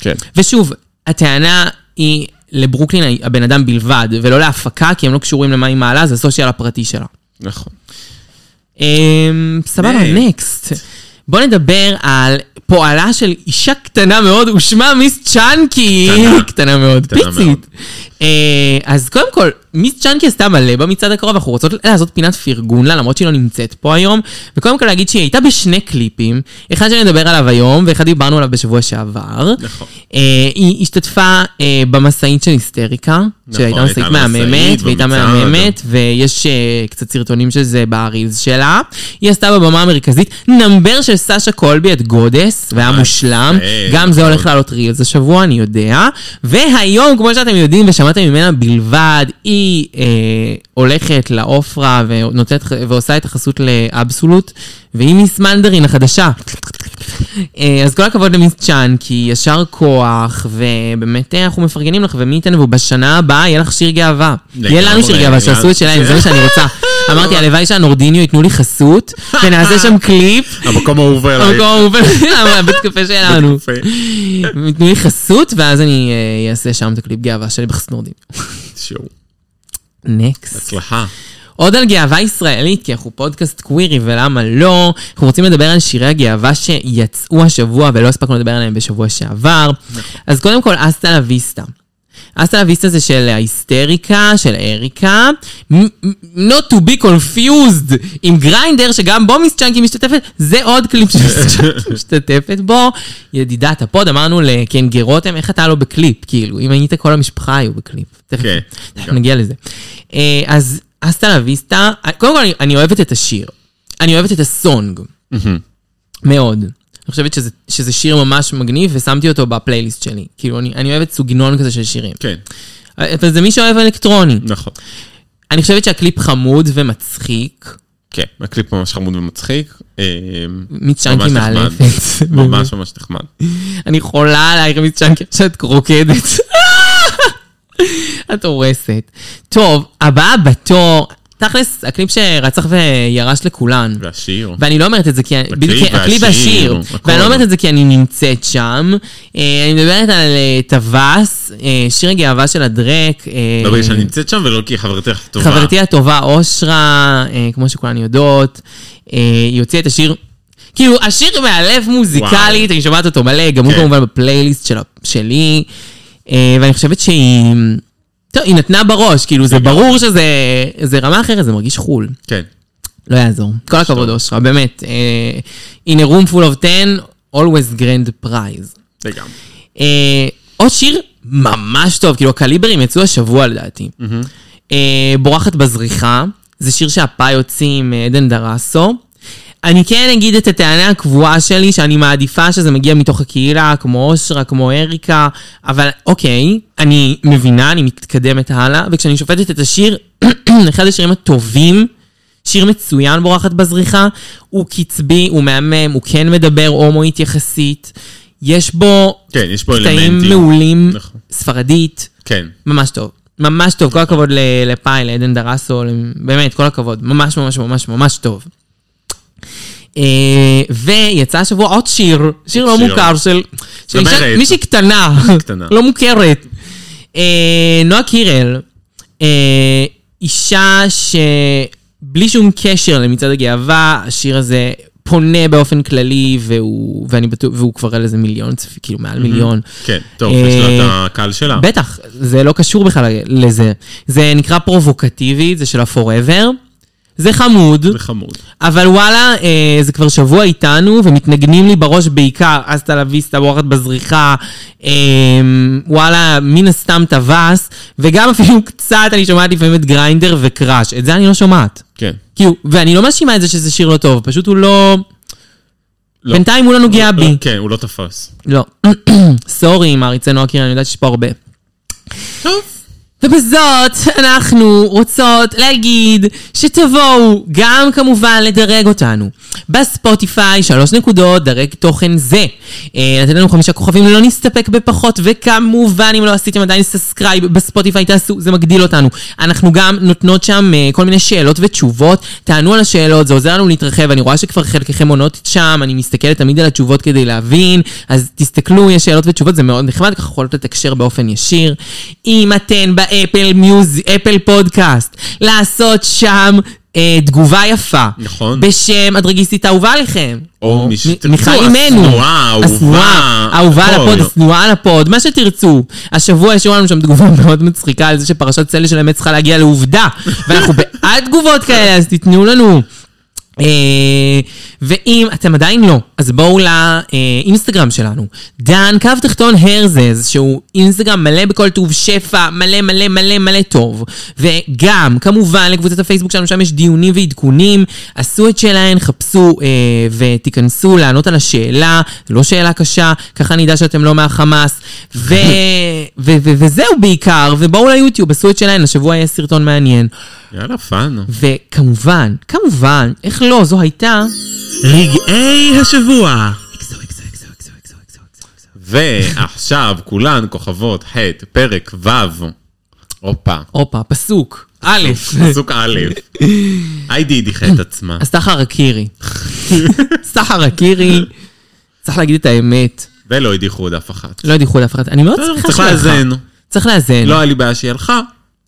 S4: כן.
S2: ושוב, הטענה היא לברוקלין הבן אדם בלבד, ולא להפקה, כי הם לא קשורים למה היא מעלה, זה סושיאל הפרטי שלה.
S4: נכון.
S2: אמ, סבבה,
S4: Next.
S2: נקסט. בוא נדבר על פועלה של אישה קטנה מאוד, ושמה מיס צ'אנקי.
S4: קטנה.
S2: קטנה מאוד,
S4: קטנה מאוד.
S2: פיצית. אה, אז קודם כל, מיס צ'אנקי עשתה מלא במצעד הקרוב, אנחנו רוצות לעשות פינת פרגון לה, למרות שהיא לא נמצאת פה היום. וקודם כל להגיד שהיא הייתה בשני קליפים, אחד שאני אדבר עליו היום, ואחד דיברנו עליו בשבוע שעבר.
S4: נכון.
S2: אה, היא השתתפה אה, במשאית של היסטריקה, שהייתה
S4: נכון,
S2: משאית
S4: הייתה משאית
S2: מהממת, והייתה
S4: במצעד.
S2: מהממת, ויש אה, קצת סרטונים של זה ברילס שלה. היא עשתה בבמה המרכזית נמבר של סשה קולבי את גודס, והיה
S4: אה,
S2: מושלם.
S4: יפה,
S2: גם זה
S4: נכון.
S2: הולך לעלות רילס השבוע, אני יודע. והיום, כמו שאתם יודעים ושמעתם ממנה בלבד, היא אה, הולכת לעופרה ונותנת- ועושה את החסות לאבסולוט, והיא מיס מנדרין החדשה. אה, אז כל הכבוד למיס צ'אנקי, ישר כוח, ובאמת אה, אנחנו מפרגנים לך, ומי ייתן ובשנה הבאה יהיה לך שיר גאווה.
S4: לגמרי,
S2: יהיה לנו שיר גאווה,
S4: לגמרי.
S2: שיעשו את שלהם, זה מה שאני רוצה. אמרתי, הלוואי שהנורדיניו ייתנו לי חסות, ונעשה שם קליפ. אוקיי,
S4: המקום האהוב עליי.
S2: המקום האהוב עליי, הבית קפה שלנו.
S4: יפה.
S2: ייתנו לי חסות, ואז אני אה, אעשה שם את הקליפ גאווה שלי בחסות נורדיניו.
S4: שיעור.
S2: נקסט.
S4: הצלחה.
S2: עוד על גאווה ישראלית, כי אנחנו פודקאסט קווירי ולמה לא. אנחנו רוצים לדבר על שירי הגאווה שיצאו השבוע ולא הספקנו לדבר עליהם בשבוע שעבר. אז קודם כל, אסטה לה ויסטה. אסטה לה ויסטה זה של ההיסטריקה, של אריקה. מ- מ- Not to be confused עם גריינדר, שגם בו מיס צ'אנקי משתתפת, זה עוד קליפ שמיס צ'אנקי משתתפת בו. ידידת הפוד, אמרנו לקנגי רותם, איך אתה לא בקליפ? כאילו, אם היית כל המשפחה היו בקליפ. תכף-
S4: כן.
S2: תכף נגיע לזה. אה, אז אסטה לה ויסטה, קודם כל אני, אני אוהבת את השיר. אני אוהבת את הסונג. מאוד. אני חושבת שזה, שזה שיר ממש מגניב, ושמתי אותו בפלייליסט שלי. כאילו, אני, אני אוהבת סוגנון כזה של שירים. אה,
S4: כן,
S2: אבל זה מי שאוהב אלקטרוני.
S4: נכון.
S2: אני חושבת שהקליפ חמוד ומצחיק.
S4: כן, הקליפ ממש חמוד ומצחיק. אמ,
S2: מצ'אנקי
S4: ממש נחמד.
S2: מאלפת.
S4: ממש ממש נחמד.
S2: אני חולה עלייך, מיס צ'אנקי, שאת קרוקדת. *laughs* את הורסת. טוב, הבאה בתור, תכלס, הקליפ שרצח וירש לכולן.
S4: והשיר.
S2: ואני לא אומרת את זה כי... בדיוק, כי- הקליפ והשיר.
S4: הכל.
S2: ואני לא אומרת את זה כי אני נמצאת שם. אה, אני מדברת על אה, טווס, אה, שיר הגאווה של הדרק. אה,
S4: לא בגלל שאני נמצאת שם ולא כי חברתך טובה.
S2: חברתי הטובה אושרה, אה, כמו שכולן יודעות, אה, היא הוציאה את השיר. כאילו, השיר מאלף מוזיקלית,
S4: וואו.
S2: אני שומעת אותו מלא, גם הוא
S4: כן.
S2: כמובן בפלייליסט של- שלי, אה, ואני חושבת שהיא... טוב, היא נתנה בראש, כאילו, זה
S4: לגמרי.
S2: ברור שזה זה רמה אחרת, זה מרגיש חו"ל.
S4: כן.
S2: לא יעזור. כל הכבוד, אושרה, באמת. אה, In a room full of 10, always grand prize.
S4: לגמרי.
S2: אה, עוד שיר ממש טוב, כאילו הקליברים יצאו השבוע לדעתי. אה, בורחת בזריחה, זה שיר שהפאי הוציא עם עדן אה, דרסו. אני כן אגיד את הטענה הקבועה שלי, שאני מעדיפה שזה מגיע מתוך הקהילה, כמו אושרה, כמו אריקה, אבל אוקיי, אני מבינה, אני מתקדמת הלאה, וכשאני שופטת את השיר, *clears throat* אחד השירים הטובים, שיר מצוין בורחת בזריחה, הוא קצבי, הוא מהמם, הוא כן מדבר הומואית יחסית, יש בו
S4: כן, יש פה
S2: קטעים
S4: אלמנטים.
S2: מעולים,
S4: נכון.
S2: ספרדית,
S4: כן.
S2: ממש טוב. ממש טוב, כל הכבוד ל- לפאי, לעדן דרסו, למ- באמת, כל הכבוד. ממש ממש ממש ממש טוב. אה, ויצא השבוע עוד שיר, שיר לא
S4: שיר.
S2: מוכר של... של אישה-
S4: זמרת.
S2: מישהי קטנה,
S4: קטנה.
S2: *laughs* לא מוכרת. אה, נועה קירל, אה, אישה שבלי שום קשר למצעד הגאווה, השיר הזה פונה באופן כללי, והוא, ואני בטוח, והוא כבר על איזה מיליון, צפי- כאילו מעל מיליון.
S4: כן, טוב,
S2: אה,
S4: יש לה את הקהל שלה.
S2: בטח, זה לא קשור בכלל לזה. זה נקרא פרובוקטיבי, זה של ה-forever. זה חמוד,
S4: זה חמוד.
S2: אבל וואלה, אה, זה כבר שבוע איתנו, ומתנגנים לי בראש בעיקר, אסטה לוויסטה, בורחת בזריחה, אה, וואלה, מן הסתם טווס, וגם אפילו *laughs* קצת אני שומעת לפעמים את גריינדר וקראש, את זה אני לא שומעת.
S4: כן.
S2: כאילו, ואני לא מאשימה את זה שזה שיר לא טוב, פשוט הוא לא...
S4: לא.
S2: בינתיים הוא לא נוגע בי.
S4: לא, כן, הוא לא תפס.
S2: לא. *clears throat* סורי, מעריצי נועה קירל, אני יודעת שיש פה הרבה.
S4: טוב.
S2: ובזאת אנחנו רוצות להגיד שתבואו גם כמובן לדרג אותנו. בספוטיפיי, שלוש נקודות, דרג תוכן זה. אה, לתת לנו חמישה כוכבים, לא נסתפק בפחות, וכמובן אם לא עשיתם עדיין סאסקרייב בספוטיפיי תעשו, זה מגדיל אותנו. אנחנו גם נותנות שם אה, כל מיני שאלות ותשובות, תענו על השאלות, זה עוזר לנו להתרחב, אני רואה שכבר חלקכם עונות שם, אני מסתכלת תמיד על התשובות כדי להבין, אז תסתכלו, יש שאלות ותשובות, זה מאוד נחמד, ככה יכולות לתקשר באופן ישיר. אם אתן באפל מיוז... אפל פודקאסט, לעשות שם אה, תגובה יפה.
S4: נכון.
S2: בשם הדרגיסטית האהובה עליכם.
S4: או מי שתרצו,
S2: מיכל אימנו.
S4: השנואה, האהובה.
S2: השנואה, האהובה על הפוד,
S4: הכל.
S2: השנואה על הפוד, מה שתרצו. השבוע השאירו לנו שם תגובה *laughs* מאוד מצחיקה על זה שפרשת צלע של אמת צריכה להגיע לעובדה. ואנחנו בעד תגובות כאלה, אז תיתנו לנו. אה, ואם אתם עדיין לא, אז בואו לאינסטגרם שלנו. דן, קו תחתון הרזז, שהוא אינסטגרם מלא בכל טוב שפע, מלא מלא מלא מלא טוב. וגם, כמובן, לקבוצת הפייסבוק שלנו, שם יש דיונים ועדכונים. עשו את שלהן, חפשו אה, ותיכנסו לענות על השאלה, לא שאלה קשה, ככה נדע שאתם לא מהחמאס. ו- ו- ו- וזהו בעיקר, ובואו ליוטיוב, עשו את שלהן, השבוע יהיה סרטון מעניין.
S4: יאללה, פאן.
S2: וכמובן, כמובן, איך לא, זו הייתה...
S4: רגעי השבוע. ועכשיו כולן כוכבות ח' פרק ו'. הופה.
S2: הופה, פסוק, א',
S4: פסוק א'. היידי הדיחה את עצמה.
S2: אז סחר הקירי. *laughs* סחר הקירי, צריך להגיד את האמת,
S4: ולא הדיחו עוד אף אחת.
S2: לא ידיחו לאף אחד. אני מאוד
S4: בסדר,
S2: שמחה
S4: אה, צריך
S2: שהיא הלכה.
S4: לאזן.
S2: צריך לאזן.
S4: לא היה לי בעיה שהיא הלכה.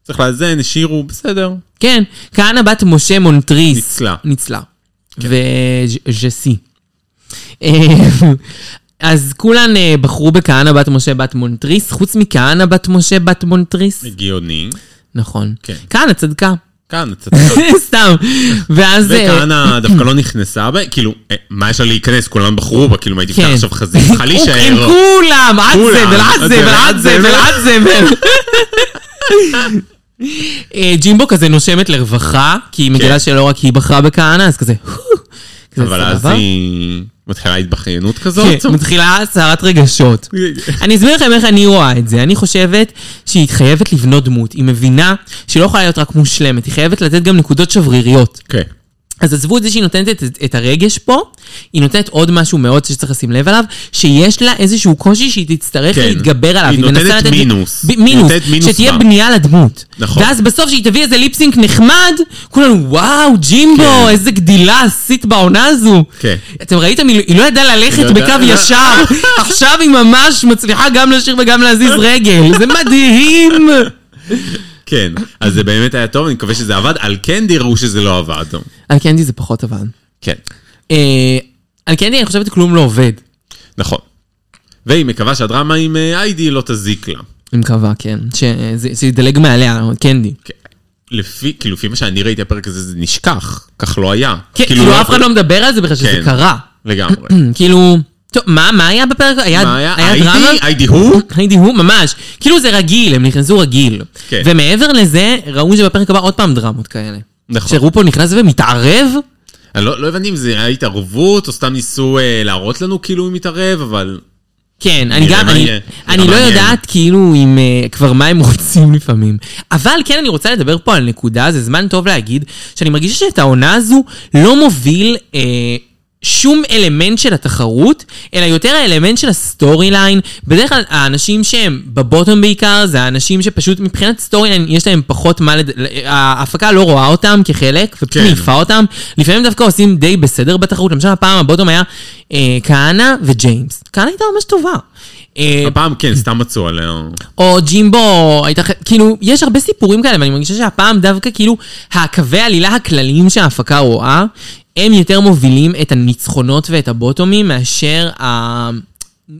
S4: צריך לאזן, השאירו, בסדר.
S2: כן, כהנא בת משה מונטריס.
S4: ניצלה. כן.
S2: ניצלה. וז'סי. אה, אז כולן אה, בחרו בכהנא בת משה בת מונטריס, חוץ מכהנא בת משה בת מונטריס.
S4: הגיוני.
S2: נכון.
S4: כן.
S2: כהנא צדקה. *laughs*
S4: כאן, צצצות.
S2: סתם. ואז... אה,
S4: וכהנא דווקא לא נכנסה בה, כאילו, אה, מה יש לה להיכנס? כולם בחרו בה, כאילו, אם הייתי
S2: כן.
S4: פתח עכשיו חזית,
S2: *laughs*
S4: צריכה
S2: עם
S4: להישאר.
S2: כולם, עד
S4: כולם. אוקיי,
S2: זבל, עד
S4: עד
S2: זבל,
S4: זבל,
S2: עד זבל, עד זבל.
S4: *laughs*
S2: אה, ג'ימבו כזה נושמת לרווחה, כי היא מגלה
S4: כן.
S2: שלא רק היא בחרה בכהנא, אז כזה... כזה
S4: אבל אז
S2: סבבה.
S4: היא מתחילה התבכיינות
S2: כן,
S4: כזאת.
S2: מתחילה סערת רגשות.
S4: כן.
S2: אני אסביר לכם איך אני רואה את זה. אני חושבת שהיא חייבת לבנות דמות. היא מבינה שהיא לא יכולה להיות רק מושלמת, היא חייבת לתת גם נקודות שבריריות.
S4: כן.
S2: אז עזבו את זה שהיא נותנת את, את הרגש פה, היא נותנת עוד משהו מאוד שצריך לשים לב עליו, שיש לה איזשהו קושי שהיא תצטרך
S4: כן.
S2: להתגבר עליו.
S4: היא
S2: מנסה
S4: נותנת
S2: לתת-
S4: מינוס.
S2: ב-
S4: היא
S2: מינוס.
S4: נותנת מינוס
S2: שתהיה
S4: בה.
S2: בנייה לדמות.
S4: נכון.
S2: ואז בסוף שהיא תביא איזה ליפסינק נחמד, כולנו, וואו, ג'ימבו,
S4: כן.
S2: איזה גדילה עשית בעונה הזו.
S4: כן.
S2: אתם ראיתם, היא היא לא ידעה ללכת
S4: היא לא
S2: בקו
S4: ידעה- *laughs*
S2: ישר. עכשיו היא ממש מצליחה גם לשיר וגם להזיז רגל. זה
S4: *laughs*
S2: מדהים.
S4: כן, אז זה באמת היה טוב, אני מקווה שזה עבד, על כן תראו שזה לא עבד.
S2: על קנדי זה פחות עבד.
S4: כן,
S2: אה, על קנדי אני חושבת כלום לא עובד.
S4: נכון. והיא מקווה שהדרמה עם אה, איידי לא תזיק לה.
S2: אני מקווה, כן. שזה שזה ידלג מעליה, קנדי.
S4: כן. לפי, כאילו, לפי מה שאני ראיתי הפרק הזה, זה נשכח, כך לא היה.
S2: כן, כאילו אף אחד לא מדבר על זה בכלל, שזה
S4: כן.
S2: קרה. *clears throat*
S4: לגמרי.
S2: כאילו, טוב, מה מה היה בפרק? היה
S4: מה היה?
S2: היה דרמה?
S4: איידי? איידי הוא?
S2: הייתי הוא ממש, כאילו זה רגיל, הם נכנסו רגיל.
S4: כן.
S2: ומעבר לזה, ראו שבפרק הבא עוד פעם דרמות כאלה.
S4: נכון.
S2: שרופו נכנס ומתערב?
S4: אני לא, לא הבנתי אם זה היה התערבות, או סתם ניסו אה, להראות לנו כאילו הוא מתערב, אבל...
S2: כן, אני
S4: נראה
S2: גם, אני,
S4: מעניין.
S2: אני
S4: נראה
S2: לא
S4: מעניין.
S2: יודעת כאילו אם אה, כבר מה הם רוצים *laughs* לפעמים. אבל כן, אני רוצה לדבר פה על נקודה, זה זמן טוב להגיד, שאני מרגישה שאת העונה הזו לא מוביל אה, שום אלמנט של התחרות, אלא יותר האלמנט של הסטורי ליין. בדרך כלל האנשים שהם בבוטום בעיקר, זה האנשים שפשוט מבחינת סטורי ליין יש להם פחות מה לד... ההפקה לא רואה אותם כחלק, ופשוט
S4: כן.
S2: מעיפה מעיפה אותם. לפעמים דווקא עושים די בסדר בתחרות, למשל הפעם הבוטום היה אה, כהנא וג'יימס. כהנא הייתה ממש טובה. אה,
S4: הפעם כן, סתם מצאו עלינו.
S2: או ג'ימבו, הייתה, ח- כאילו, יש הרבה סיפורים כאלה, ואני מרגישה שהפעם דווקא כאילו, הקווי העלילה הכלליים שההפקה רואה, הם יותר מובילים את הניצחונות ואת הבוטומים מאשר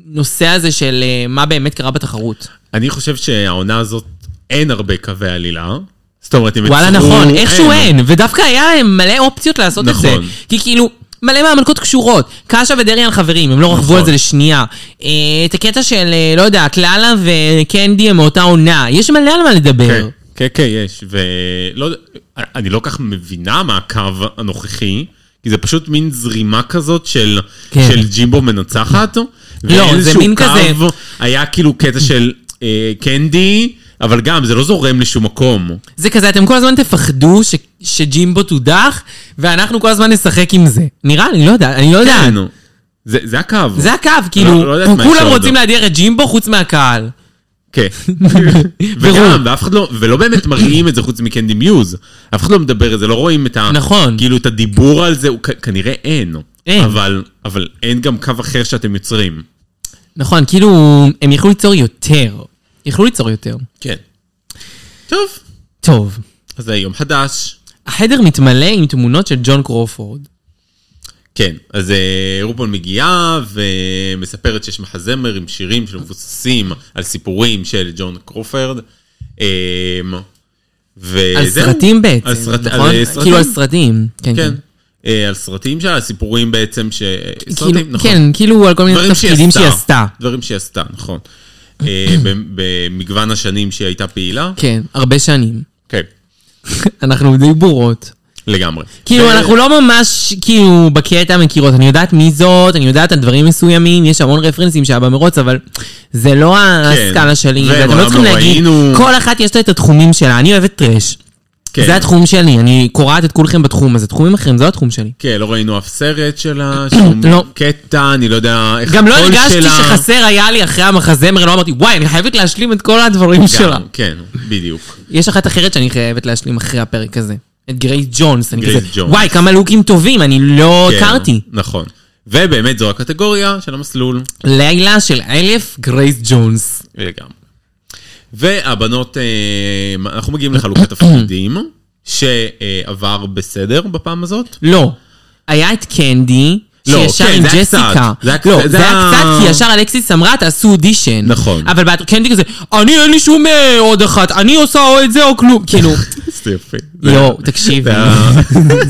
S2: הנושא הזה של אה, מה באמת קרה בתחרות.
S4: אני חושב שהעונה הזאת, אין הרבה קווי עלילה. זאת אומרת, אם
S2: וואלה,
S4: יצרו-
S2: נכון, איכשהו אין, ודווקא היה להם מלא אופציות לעשות את זה.
S4: נכון.
S2: כי כאילו, מלא מהמלכות קשורות. קאשה ודריאן חברים, הם לא רכבו
S4: נכון.
S2: על זה לשנייה. אה, את הקטע של, אה, לא יודעת, לאלה וקנדי הם מאותה עונה. יש מלא על מה
S4: כן,
S2: לדבר.
S4: כן, כן, יש. ולא, יודע- אני לא כך מבינה מה הקו הנוכחי, כי זה פשוט מין זרימה כזאת של,
S2: כן. לא,
S4: של ג'ימבו מנצחת.
S2: זה מין כזה-
S4: היה כאילו קטע של אה, קנדי, אבל גם, זה לא זורם לשום מקום.
S2: זה כזה, אתם כל הזמן תפחדו ש- שג'ימבו תודח, ואנחנו כל הזמן נשחק עם זה. נראה לי, לא יודעת, אני לא יודעת.
S4: כן, זה, זה הקו.
S2: זה הקו,
S4: לא
S2: כאילו,
S4: יודעת מה יש
S2: כולם
S4: עוד.
S2: רוצים להדיח את ג'ימבו חוץ
S4: *laughs*
S2: מהקהל. *laughs*
S4: כן. וגם, ואף אחד לא, ולא באמת מראים את זה חוץ מקנדי מיוז. אף אחד לא מדבר את זה, לא רואים את ה...
S2: נכון.
S4: כאילו, את הדיבור על זה, הוא כ- כנראה אין.
S2: אין.
S4: אבל, אבל אין גם קו אחר שאתם יוצרים.
S2: נכון, כאילו, הם יכלו ליצור יותר. יכלו ליצור יותר.
S4: כן. טוב,
S2: טוב.
S4: אז זה יום חדש.
S2: החדר מתמלא עם תמונות של ג'ון קרופורד.
S4: כן, אז אה, רופול מגיעה ומספרת שיש מחזמר עם שירים שמבוססים על סיפורים של ג'ון קרופרד. אה, וזהו.
S2: על סרטים בעצם,
S4: אה, על סרט-
S2: נכון?
S4: על, אה, סרטים.
S2: כאילו על סרטים. כן,
S4: כן.
S2: כן.
S4: אה, על סרטים שלה, על סיפורים בעצם ש...
S2: כאילו-
S4: סרטים, נכון.
S2: כן, כאילו על כל מיני
S4: דברים
S2: תפקידים שהיא עשתה.
S4: דברים שהיא עשתה, נכון.
S2: *coughs*
S4: אה, ב- במגוון השנים שהיא הייתה פעילה.
S2: כן, הרבה שנים. *laughs*
S4: כן.
S2: אנחנו די בורות.
S4: לגמרי.
S2: כאילו,
S4: ו-
S2: אנחנו לא ממש, כאילו, בקטע מכירות. אני יודעת מי זאת, אני יודעת על דברים מסוימים, יש המון רפרנסים שהיה במרוץ, אבל זה לא הסקאלה שלי,
S4: כן. והם
S2: ואתם לא
S4: עולם
S2: צריכים להגיד,
S4: נוראינו.
S2: כל אחת יש לה את התחומים שלה. אני אוהבת טראש.
S4: כן.
S2: זה התחום שלי, אני קורעת את כולכם בתחום הזה. תחומים אחרים, זה לא התחום שלי.
S4: כן, לא ראינו אף סרט
S2: *clears throat*
S4: שלה, שום
S2: לא.
S4: קטע, אני לא יודע איך
S2: גם לא
S4: הקול
S2: הרגשתי
S4: שלה.
S2: שחסר היה לי אחרי המחזמר, לא אמרתי, וואי, אני חייבת להשלים את כל הדברים שלה.
S4: גם, כן, בדיוק.
S2: יש אחת אחרת שאני חייבת להשלים אחרי הפרק הזה. את גרייס ג'ונס, אני
S4: גרייס
S2: כזה,
S4: ג'ונס.
S2: וואי, כמה לוקים טובים, אני לא
S4: כן,
S2: הכרתי.
S4: נכון. ובאמת זו הקטגוריה של המסלול.
S2: לילה של אלף גרייס ג'ונס.
S4: לגמרי. והבנות, אה, אנחנו מגיעים לחלוקת
S2: *clears throat*
S4: תפקידים, שעבר בסדר בפעם הזאת.
S2: לא. היה את קנדי,
S4: לא,
S2: שישר
S4: כן,
S2: עם
S4: זה היה
S2: ג'סיקה.
S4: קצת, זה היה קצת,
S2: לא,
S4: זה
S2: זה היה
S4: היה-
S2: קצת, כי ישר אלכסיס אמרה, תעשו אודישן.
S4: נכון.
S2: אבל בת- קנדי כזה, אני אין לי שום אה, עוד אחת, אני עושה או את זה או כלום.
S4: *laughs*
S2: כאילו,
S4: זה יפה.
S2: יואו, תקשיב,
S4: זה היה-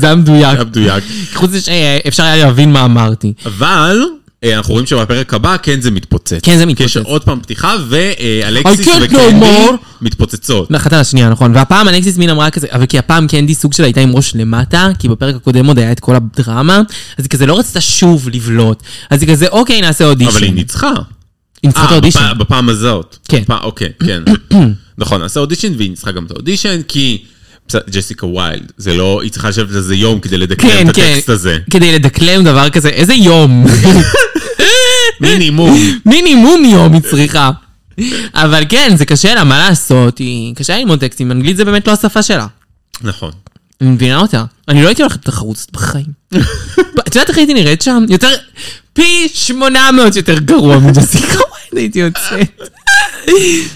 S2: *laughs* זה היה מדויק.
S4: היה מדויק.
S2: חוץ מזה שאפשר היה להבין מה אמרתי.
S4: אבל... אה, אנחנו רואים שבפרק הבא כן זה מתפוצץ.
S2: כן, זה
S4: כי יש
S2: מתפוצץ.
S4: עוד פעם פתיחה,
S2: I
S4: ואלקסיס
S2: can't no
S4: וקנדי
S2: more.
S4: מתפוצצות.
S2: אחת על השנייה, נכון. והפעם אלכסיס מין אמרה כזה, אבל כי הפעם קנדי סוג שלה הייתה עם ראש למטה, כי בפרק הקודם עוד היה את כל הדרמה, אז היא כזה לא רצתה שוב לבלוט. אז היא כזה, אוקיי, נעשה אודישן.
S4: אבל היא ניצחה.
S2: היא ניצחה את
S4: אה,
S2: האודישן.
S4: בפע- בפעם הזאת.
S2: כן.
S4: פע- אוקיי,
S2: *clears throat*
S4: כן. נכון, עשה אודישן והיא ניצחה גם את האודישן, כי פס- ג'סיקה ויילד, זה לא, היא צריכה לשבת על זה יום כדי
S2: כן,
S4: לדקלם את
S2: כן.
S4: הטקסט
S2: *laughs*
S4: הזה.
S2: כדי לדקלם דבר כזה, איזה יום. *laughs*
S4: מינימום.
S2: מינימום יום היא צריכה. אבל כן, זה קשה לה, מה לעשות? היא קשה לה ללמוד טקסטים, אנגלית זה באמת לא השפה שלה.
S4: נכון.
S2: אני מבינה אותה. אני לא הייתי הולכת לתחרות הזאת *laughs* בחיים. את יודעת איך הייתי נראית שם? יותר... פי 800 יותר גרוע מג'סיקה וויין הייתי יוצאת.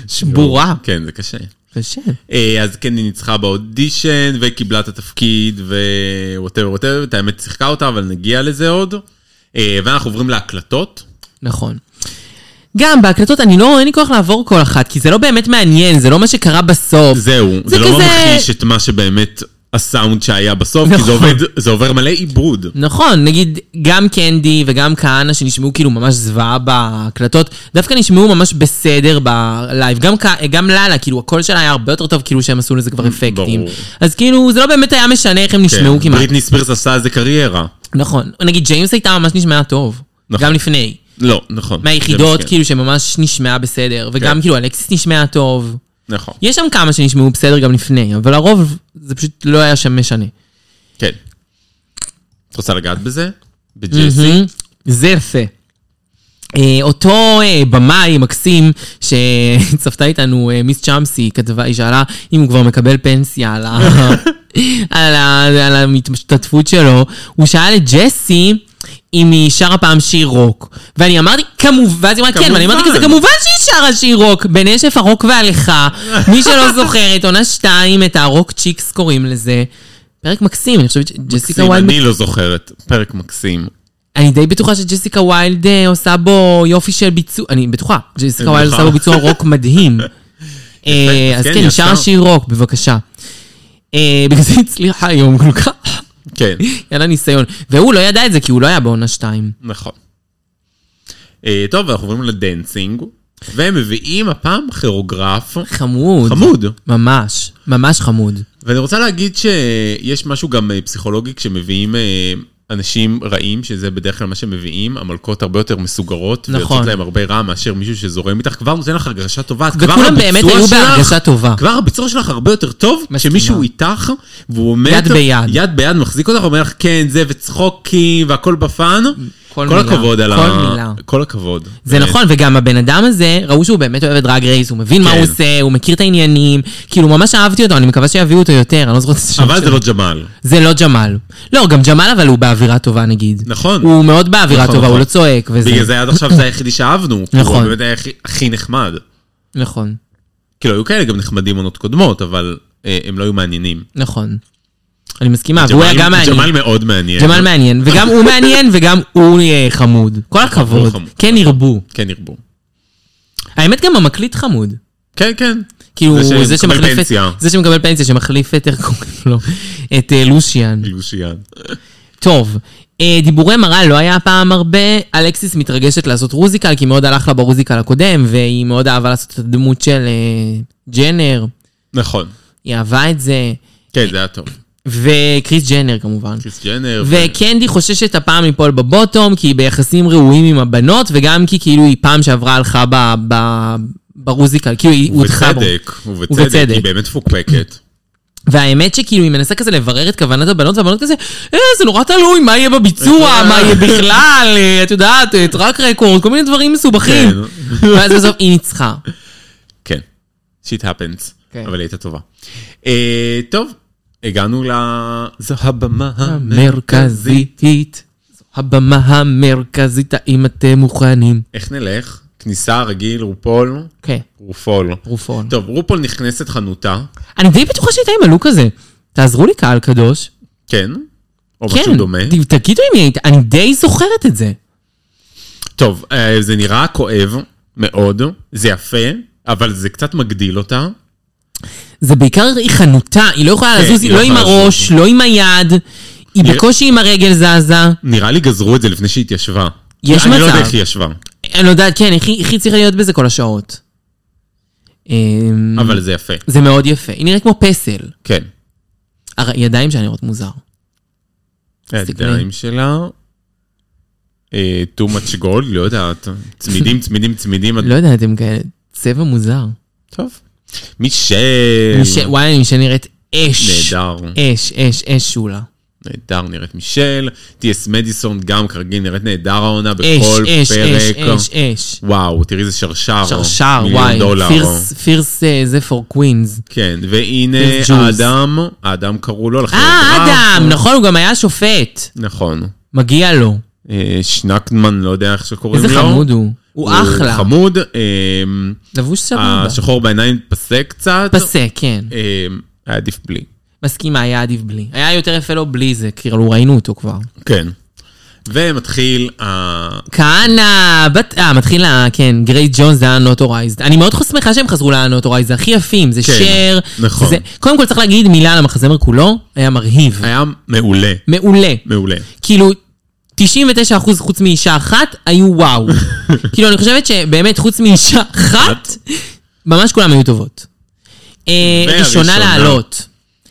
S2: שבורה.
S4: כן, זה קשה.
S2: קשה.
S4: אה, אז כן, היא ניצחה באודישן, וקיבלה את התפקיד, ווואטאבר ווואטאבר, את האמת שיחקה אותה, אבל נגיע לזה עוד. אה, ואנחנו עוברים להקלטות.
S2: נכון. גם בהקלטות אני לא, אין לי כוח לעבור כל אחת, כי זה לא באמת מעניין, זה לא מה שקרה בסוף.
S4: זהו, זה
S2: כזה-
S4: לא ממחיש את מה שבאמת הסאונד שהיה בסוף, כי
S2: נכון.
S4: זה עובד, זה עובר מלא עיבוד.
S2: נכון, נגיד גם קנדי וגם כהנא שנשמעו כאילו ממש זוועה בהקלטות, דווקא נשמעו ממש בסדר בלייב. גם, כ- גם לאלה, כאילו הקול שלה היה הרבה יותר טוב כאילו שהם עשו לזה כבר אפקטים.
S4: ברור.
S2: אז כאילו זה לא באמת היה משנה איך הם נשמעו
S4: כן,
S2: כמעט.
S4: בריטני ספירס עשה איזה קריירה.
S2: נכון. נגיד ג'יימס הייתה ממש נשמעה טוב.
S4: נכון.
S2: גם לפני.
S4: לא, נכון.
S2: מהיחידות
S4: זה מסכן.
S2: כאילו שממש נשמעה בסדר. וגם
S4: כן.
S2: כאילו אלקסיס נשמעה טוב.
S4: נכון,
S2: יש שם כמה שנשמעו בסדר גם לפני, אבל הרוב זה פשוט לא היה שם משנה.
S4: כן. את רוצה לגעת בזה? בג'סי?
S2: מהמם. זה יפה. אה, אותו אה, במאי מקסים שצפתה איתנו אה, מיס צ'אמסי, היא כתבה, היא שאלה אם הוא כבר מקבל פנסיה על, ה...
S4: *laughs*
S2: על, ה... על ההשתתפות שלו, הוא שאל את ג'סי אם היא שרה פעם שיר רוק. ואני אמרתי, כמובן, ואז היא אמרה כן,
S4: כמובן.
S2: ואני אמרתי כזה, כמובן שהיא שרה שיר רוק, בנשף הרוק
S4: *laughs*
S2: והליכה, מי שלא זוכרת, עונה שתיים, את הרוק צ'יקס קוראים לזה. פרק מקסים, אני חושבת שג'סיקה
S4: מקסים,
S2: ויילד
S4: אני לא זוכרת. פרק מקסים.
S2: אני די בטוחה שג'סיקה ויילד אה, עושה בו יופי של ביצוע, אני בטוחה, ג'סיקה
S4: אני
S2: ויילד
S4: בטוחה.
S2: עושה בו ביצוע רוק
S4: *laughs*
S2: מדהים. אה,
S4: יפה,
S2: אז
S4: כן,
S2: כן,
S4: יפה.
S2: נשאר שיר רוק, בבקשה. אה, בגלל זה היא הצליחה היום כל כך, *laughs*
S4: כן.
S2: היה לה ניסיון. והוא לא ידע את זה כי הוא לא היה בעונה 2.
S4: נכון. אה, טוב, אנחנו עוברים לדנסינג, ומביאים הפעם כירוגרף
S2: חמוד.
S4: חמוד.
S2: ממש, ממש חמוד.
S4: ואני רוצה להגיד שיש משהו גם אה, פסיכולוגי כשמביאים אה, אנשים רעים, שזה בדרך כלל מה שמביאים, המלכות הרבה יותר מסוגרות,
S2: נכון.
S4: ויוצאות להם הרבה רע מאשר מישהו שזורם איתך, כבר נותן לך הרגשה טובה, כבר
S2: וכולם
S4: הביצוע
S2: באמת היו
S4: שלך-
S2: בהרגשה טובה.
S4: כבר הביצוע שלך הרבה יותר טוב,
S2: מסכימה.
S4: כשמישהו איתך, והוא עומד...
S2: יד ביד.
S4: יד ביד מחזיק אותך, אומר לך, כן, זה, וצחוקים, והכל בפאן.
S2: כל
S4: כל,
S2: מילה,
S4: הכבוד על
S2: כל
S4: ה...
S2: מילה.
S4: כל הכבוד.
S2: זה נכון, וגם הבן אדם הזה, ראו שהוא באמת אוהב את דרג רייס, הוא מבין מה
S4: כן.
S2: הוא עושה, הוא מכיר את העניינים, כאילו ממש אהבתי אותו, אני מקווה שיביאו אותו יותר, אני לא זוכרת את השם
S4: אבל
S2: שלו.
S4: זה לא ג'מאל.
S2: זה לא ג'מאל. לא, גם ג'מאל אבל הוא באווירה טובה נגיד.
S4: נכון.
S2: הוא מאוד באווירה
S4: נכון,
S2: טובה, הוא
S4: נכון.
S2: לא צועק וזה.
S4: בגלל זה עד עכשיו זה היחידי שאהבנו.
S2: נכון.
S4: הוא באמת היה הכי- הכי נחמד.
S2: נכון,
S4: כאילו, היו כאלה גם נחמדים עונות קודמות, אבל אה, הם לא היו מעניינים.
S2: נכון. אני מסכימה, אה, והוא היה גם מעניין.
S4: ג'מאל מאוד מעניין.
S2: ג'מאל מעניין, וגם הוא מעניין וגם הוא אה, חמוד. כל
S4: נכון,
S2: הכבוד.
S4: חמוד.
S2: כן ירבו.
S4: כן ירבו.
S2: האמת גם המקליט חמוד.
S4: כן, כן.
S2: כאילו,
S4: זה
S2: זה
S4: שמקבל
S2: שמחליף את...
S4: פנסיה.
S2: זה שמקבל פנסיה, שמחליף את... איך קוראים לו? את אה, לושיאן.
S4: לושיאן.
S2: טוב, אה, דיבורי מראה לא היה הפעם הרבה. אלקסיס מתרגשת לעשות רוזיקל, כי מאוד הלך לה ברוזיקל הקודם, והיא מאוד אהבה לעשות את הדמות של אה, ג'נר.
S4: נכון.
S2: היא אהבה את זה.
S4: כן, זה היה טוב.
S2: וקריס ג'נר כמובן.
S4: קריס ג'נר. ו-
S2: וקנדי חוששת הפעם ליפול בבוטום, כי היא ביחסים רעועים עם הבנות, וגם כי כאילו היא פעם שעברה הלכה ב... ב... ברוזיקל, כאילו היא הודחה בו.
S4: ובצדק, ובצדק,
S2: ובצדק.
S4: היא באמת מפוקפקת.
S2: והאמת שכאילו היא מנסה כזה לברר את כוונת הבנות, והבנות כזה, אה, זה נורא תלוי, מה יהיה בביצוע,
S4: אה,
S2: מה יהיה בכלל, אה, את יודעת, אה, טראק רקורד, כל מיני דברים מסובכים.
S4: כן.
S2: ואז בסוף היא ניצחה.
S4: כן. שיט הפנס.
S2: כן.
S4: אבל היא הייתה טובה. אה, טוב, הגענו ל... זו הבמה המרכזית.
S2: המרכזית, זו הבמה המרכזית, האם אתם מוכנים?
S4: איך נלך? כניסה רגיל, רופול,
S2: כן,
S4: רופול.
S2: רופון.
S4: טוב, רופול נכנסת חנותה,
S2: אני די בטוחה שהייתה עם הלוק הזה. תעזרו לי, קהל קדוש.
S4: כן? או
S2: כן,
S4: משהו דומה.
S2: ת- תגידו אם היא הייתה, אני די זוכרת את זה.
S4: טוב, אה, זה נראה כואב מאוד, זה יפה, אבל זה קצת מגדיל אותה.
S2: זה בעיקר היא חנותה, היא לא יכולה
S4: כן,
S2: לזוז,
S4: היא
S2: לא
S4: לא
S2: עם
S4: יכולה
S2: הראש, לא עם היד, היא
S4: נראה-
S2: בקושי עם הרגל זזה.
S4: נראה לי גזרו את זה לפני שהיא התיישבה.
S2: יש
S4: אני לא
S2: מצב.
S4: יודע איך היא ישבה,
S2: אני לא יודעת, כן, איך היא איך היא צריכה להיות בזה כל השעות. אמ,
S4: אבל זה יפה.
S2: זה מאוד יפה, היא נראית כמו פסל.
S4: כן.
S2: הר- הידיים שלה נראות מוזר.
S4: הידיים שלה. אה, too much gold, לא יודעת. צמידים, צמידים, צמידים. עד-
S2: לא יודעת, הם כאלה צבע מוזר.
S4: טוב. מישל.
S2: מישל- וואי, מישל נראית אש.
S4: כן. נהדר.
S2: אש, אש, אש שולה.
S4: נהדר נראית מישל. טי.אס מדיסון גם כרגיל נראית נהדר העונה
S2: אש,
S4: בכל
S2: אש, אש,
S4: פרק.
S2: אש, אש.
S4: וואו, תראי איזה שרשר.
S2: שרשר,
S4: מיליון
S2: וואי.
S4: דולר.
S2: פירס, פירס אה, זה פור קווינס.
S4: כן, והנה
S2: Fierce Jews.
S4: האדם, האדם קראו לו לכן.
S2: אה, אדם, נכון, הוא גם היה שופט.
S4: נכון.
S2: מגיע לו.
S4: אה, שנקמן, לא יודע איך שקוראים לו.
S2: איזה חמוד הוא. הוא אחלה.
S4: חמוד. אה,
S2: לבוש סבבה.
S4: השחור בעיניים פסק קצת.
S2: פסה, כן.
S4: אה, היה עדיף בלי.
S2: מסכימה, היה עדיף בלי. היה יותר יפה לו בלי זה, כאילו ראינו אותו כבר.
S4: כן. ומתחיל ה...
S2: כהנא, בת... אה, מתחיל ה... כן, גרייט ג'ונס זה ה-Notorized. אני מאוד שמחה שהם חזרו ל-Notorized, זה הכי יפים, זה
S4: כן,
S2: שר.
S4: נכון.
S2: זה... קודם כל צריך להגיד מילה על המחזמר כולו, היה מרהיב.
S4: היה מעולה,
S2: מעולה.
S4: מעולה.
S2: כאילו, 99% חוץ מאישה אחת, היו *laughs* וואו. כאילו, אני חושבת שבאמת, חוץ מאישה אחת, ממש כולם היו טובות. אה, ראשונה
S4: והראשונה.
S2: לעלות.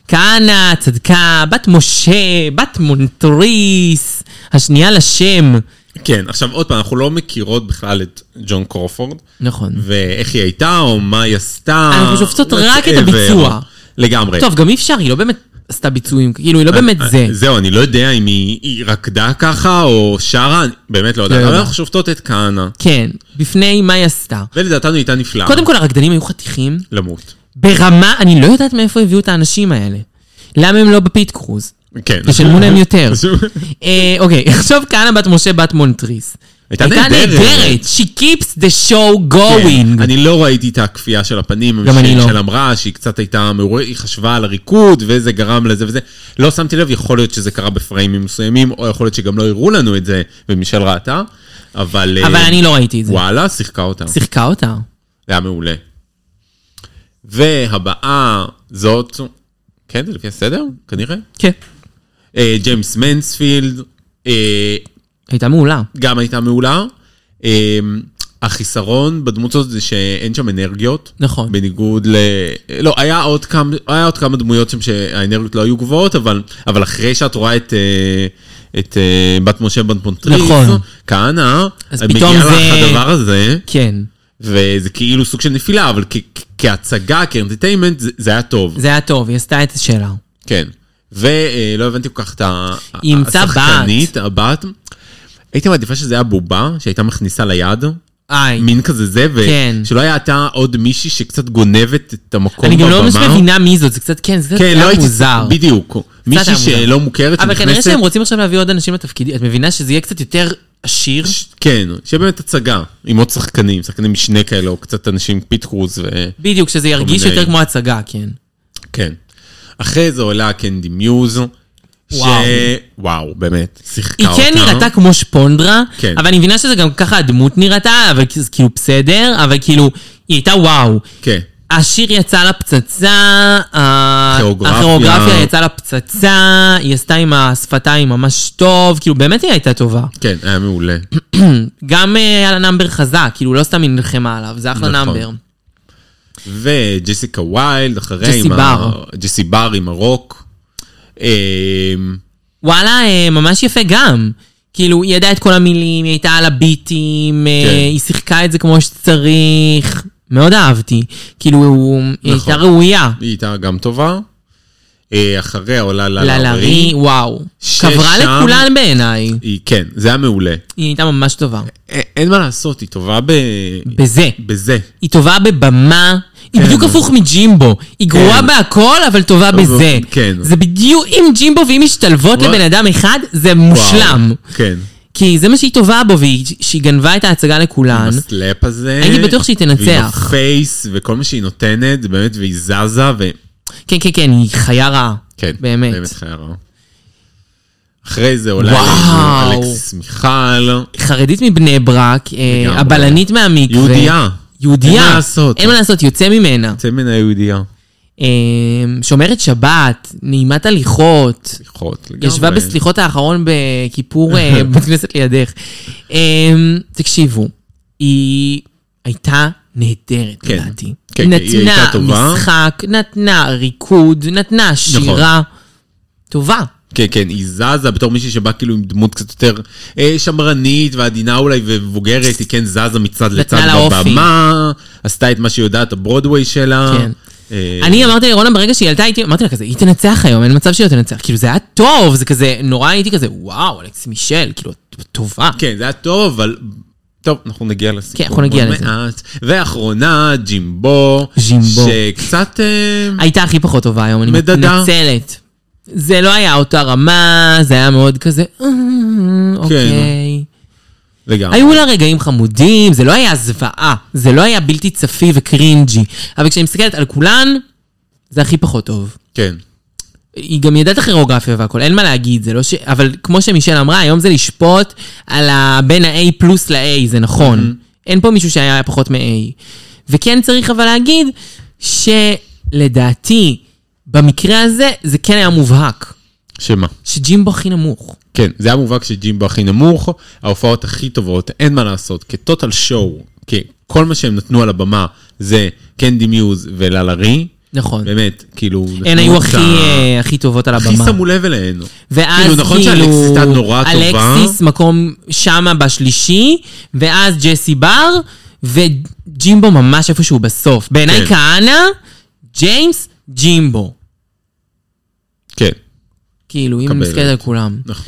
S2: כהנא, צדקה, בת משה, בת מונטריס, השנייה לשם.
S4: כן, עכשיו עוד פעם, אנחנו לא מכירות בכלל את ג'ון קרופורד,
S2: נכון.
S4: ואיך היא הייתה, או מה היא עשתה.
S2: אנחנו שופטות רק את
S4: whatever.
S2: הביצוע.
S4: לגמרי.
S2: טוב, גם אי אפשר, היא לא באמת עשתה ביצועים, כאילו, היא לא באמת
S4: אני-
S2: זה.
S4: זהו, אני לא יודע אם היא היא רקדה ככה, או שרה, אני באמת לא יודע.
S2: לא
S4: אבל
S2: יודע.
S4: אנחנו שופטות את כהנא,
S2: כן, בפני מה היא עשתה.
S4: ולדעתנו היא הייתה נפלאה.
S2: קודם כל, הרקדנים היו חתיכים,
S4: למות.
S2: ברמה, אני לא יודעת מאיפה הביאו את האנשים האלה. למה הם לא בפיט קרוז?
S4: כן.
S2: תשלמו להם
S4: *laughs*
S2: יותר.
S4: פשוט-
S2: אה, אוקיי, *laughs* עכשיו כהנא בת משה בת מונטריס.
S4: הייתה נהדרת.
S2: נהדרת. She keeps the show
S4: כן,
S2: going.
S4: אני לא ראיתי את הכפייה של הפנים,
S2: גם אני
S4: שהיא-
S2: לא.
S4: של אמרה שהיא קצת הייתה מעוררת, היא חשבה על הריקוד וזה גרם לזה וזה. לא שמתי לב, יכול להיות שזה קרה בפריימים מסוימים, או יכול להיות שגם לא הראו לנו את זה ומישל ראתה, אבל...
S2: אבל
S4: אה,
S2: אני לא ראיתי את זה.
S4: וואלה, שיחקה אותה. זה
S2: שיחקה אותה.
S4: היה מעולה. והבאה זאת, כן, זה לפי הסדר? כנראה.
S2: כן.
S4: אה, ג'יימס מנספילד, אה,
S2: הייתה מעולה.
S4: גם הייתה מעולה. אה, החיסרון בדמות הזאת זה שאין שם אנרגיות.
S2: נכון.
S4: בניגוד ל... לא, היה עוד כמה, היה עוד כמה דמויות שם שהאנרגיות לא היו גבוהות, אבל, אבל אחרי שאת רואה את, אה, את אה, בת משה בן פונטריס,
S2: נכון.
S4: כהנא,
S2: אז
S4: את
S2: פתאום
S4: מגיעה לך
S2: זה-
S4: הדבר הזה,
S2: כן.
S4: וזה כאילו סוג של נפילה, אבל כ- כ- כהצגה, כאנטרטיימנט, זה, זה היה טוב.
S2: זה היה טוב, היא עשתה את השאלה.
S4: כן. ולא הבנתי כל כך את ה-
S2: היא אימצה בת.
S4: השחקנית, הבת. הייתי מעדיפה שזה היה בובה שהייתה מכניסה ליד,
S2: איי.
S4: מין כזה זה,
S2: כן.
S4: ושלא הייתה עוד מישהי שקצת גונבת את המקום
S2: אני
S4: בבמה.
S2: גם לא ממש מבינה מי זאת, זה קצת, כן, זה קצת
S4: כן, לא
S2: היה
S4: הייתי...
S2: מוזר.
S4: בדיוק. מישהי
S2: היה מוזר.
S4: שלא מוכרת,
S2: אבל כנראה
S4: שנכנסת-
S2: שהם רוצים עכשיו להביא עוד אנשים לתפקיד, את מבינה שזה יהיה קצת יותר עשיר?
S4: ש- כן, שיהיה באמת הצגה, עם עוד שחקנים, שחקנים משנה כאלה, או קצת אנשים פיט קרוז ו...
S2: בדיוק, שזה ירגיש
S4: מיני.
S2: יותר כמו הצגה, כן.
S4: כן. אחרי זה עולה קנדי מיוז.
S2: וואו.
S4: וואו, באמת, שיחקה
S2: היא
S4: אותה.
S2: כן נראתה כמו שפונדרה,
S4: כן.
S2: אבל אני מבינה שזה גם ככה הדמות נראתה, אבל כ- זה כאילו בסדר, אבל כאילו, היא הייתה וואו.
S4: כן.
S2: השיר יצא לפצצה, ה-
S4: הכיאוגרפיה.
S2: הכיאוגרפיה יצאה לפצצה, היא עשתה עם השפתיים ממש טוב, כאילו באמת היא הייתה טובה.
S4: כן, היה מעולה.
S2: גם אה, היה לה נאמבר חזק, כאילו לא סתם היא נלחמה עליו, זה אחלה
S4: נכון.
S2: נאמבר.
S4: וג'סיקה ויילד, אחריה
S2: ג'סי
S4: עם
S2: בר.
S4: ה... ג'סי בר עם הרוק. אמ,
S2: וואלה, אה, ממש יפה גם. כאילו, היא ידעה את כל המילים, היא הייתה על הביטים, אה,
S4: כן.
S2: היא שיחקה את זה כמו שצריך. מאוד אהבתי. כאילו, הוא- היא
S4: נכון.
S2: הייתה ראויה.
S4: היא הייתה גם טובה. אה, אחריה עולה
S2: ללארי,
S4: ללארי.
S2: וואו.
S4: ששם-
S2: קברה לכולן בעיניי.
S4: היא- כן, זה היה מעולה.
S2: היא הייתה ממש טובה.
S4: א- אין מה לעשות, היא טובה ב...
S2: בזה.
S4: בזה.
S2: היא טובה בבמה. היא
S4: כן.
S2: בדיוק הפוך מג'ימבו. היא גרועה בהכל, אבל טובה בזה.
S4: כן.
S2: זה בדיוק, אם ג'ימבו ואם משתלבות
S4: וואי.
S2: לבן אדם אחד, זה מושלם.
S4: וואו, כן.
S2: כי זה מה שהיא טובה בו, והיא שהיא גנבה את ההצגן לכולן.
S4: הסלאפ הזה.
S2: הייתי כן. בטוח שהיא תנצח.
S4: ועם הפייס, וכל מה שהיא נותנת, זה באמת, והיא זזה, ו...
S2: כן, כן, כן, היא חיה רעה.
S4: כן.
S2: באמת.
S4: באמת חיה רעה. אחרי זה עולה
S2: וואו.
S4: אלכסיס מיכל.
S2: חרדית מבני ברק, אה,
S4: לגמרי.
S2: הבלנית מהמקווה.
S4: יהודייה.
S2: יהודייה.
S4: אין מה לעשות.
S2: אין מה לעשות, יוצא ממנה.
S4: יוצא מן היהודייה.
S2: אה, שומרת שבת, נעימת הליכות.
S4: סליחות לגמרי.
S2: ישבה בסליחות האחרון בכיפור
S4: *laughs*
S2: אה, בית כנסת לידך. אה, תקשיבו, היא הייתה נהדרת
S4: כן.
S2: לדעתי.
S4: כן, כן, היא הייתה
S2: נתנה
S4: טובה.
S2: משחק, נתנה ריקוד, נתנה שירה. טובה.
S4: כן, כן, היא זזה בתור מישהי שבאה כאילו עם דמות קצת יותר אה, שמרנית ועדינה אולי ומבוגרת, היא כן זזה מצד לצד
S2: לה אופי.
S4: בבמה, עשתה את מה שהיא יודעת, הברודוויי שלה.
S2: כן.
S4: אה,
S2: אני אמרתי לרונה ברגע שהיא עלתה איתי, אמרתי לה כזה, היא תנצח היום, אין מצב שהיא לא תנצח. כאילו זה היה טוב, זה כזה, נורא הייתי כזה, וואו, אלכס מישל, כאילו, את טובה.
S4: כן, זה היה טוב, אבל... טוב, אנחנו נגיע לסיפור.
S2: כן, אנחנו נגיע
S4: עוד
S2: לזה.
S4: מעט. ואחרונה, ג'ימבו.
S2: ג'ימבו.
S4: שקצת... אה,
S2: הייתה הכי פחות טובה היום, אני
S4: מדדה.
S2: מתנצלת. זה לא היה אותה רמה, זה היה מאוד כזה, "אה,
S4: כן.
S2: אוקיי.
S4: לגמרי.
S2: היו לה רגעים חמודים, זה לא היה זוועה, זה לא היה בלתי צפי וקרינג'י. אבל כשאני מסתכלת על כולן, זה הכי פחות טוב.
S4: כן.
S2: היא גם ידעה את הכירוגרפיה והכל, אין מה להגיד, זה לא ש... אבל כמו שמישל אמרה, היום זה לשפוט על ה... בין ה-A פלוס ל-A, זה נכון. אין פה מישהו שהיה פחות מ-A. וכן צריך אבל להגיד, שלדעתי, במקרה הזה, זה כן היה מובהק,
S4: שמה?
S2: שג'ימבו הכי נמוך.
S4: כן, זה היה מובהק שג'ימבה הכי נמוך, ההופעות הכי טובות, אין מה לעשות, כטוטל שואו, כל מה שהם נתנו על הבמה זה קנדי מיוז וללארי,
S2: נכון.
S4: באמת, כאילו...
S2: הן
S4: נתנו
S2: היו
S4: את
S2: הכי,
S4: ה-
S2: אה, הכי טובות על הבמה.
S4: הכי שמו לב אליהן.
S2: ואז
S4: כאילו,
S2: כאילו,
S4: נכון שאלקסיס הייתה נורא טובה.
S2: אלקסיס מקום שמה בשלישי, ואז ג'סי בר, וג'ימבו ממש איפשהו בסוף. בעיניי
S4: כן.
S2: כהנא, ג'יימס, ג'ימבו.
S4: כן,
S2: כאילו, אם
S4: קבלת.
S2: נסתכלת על כולם.
S4: נכון.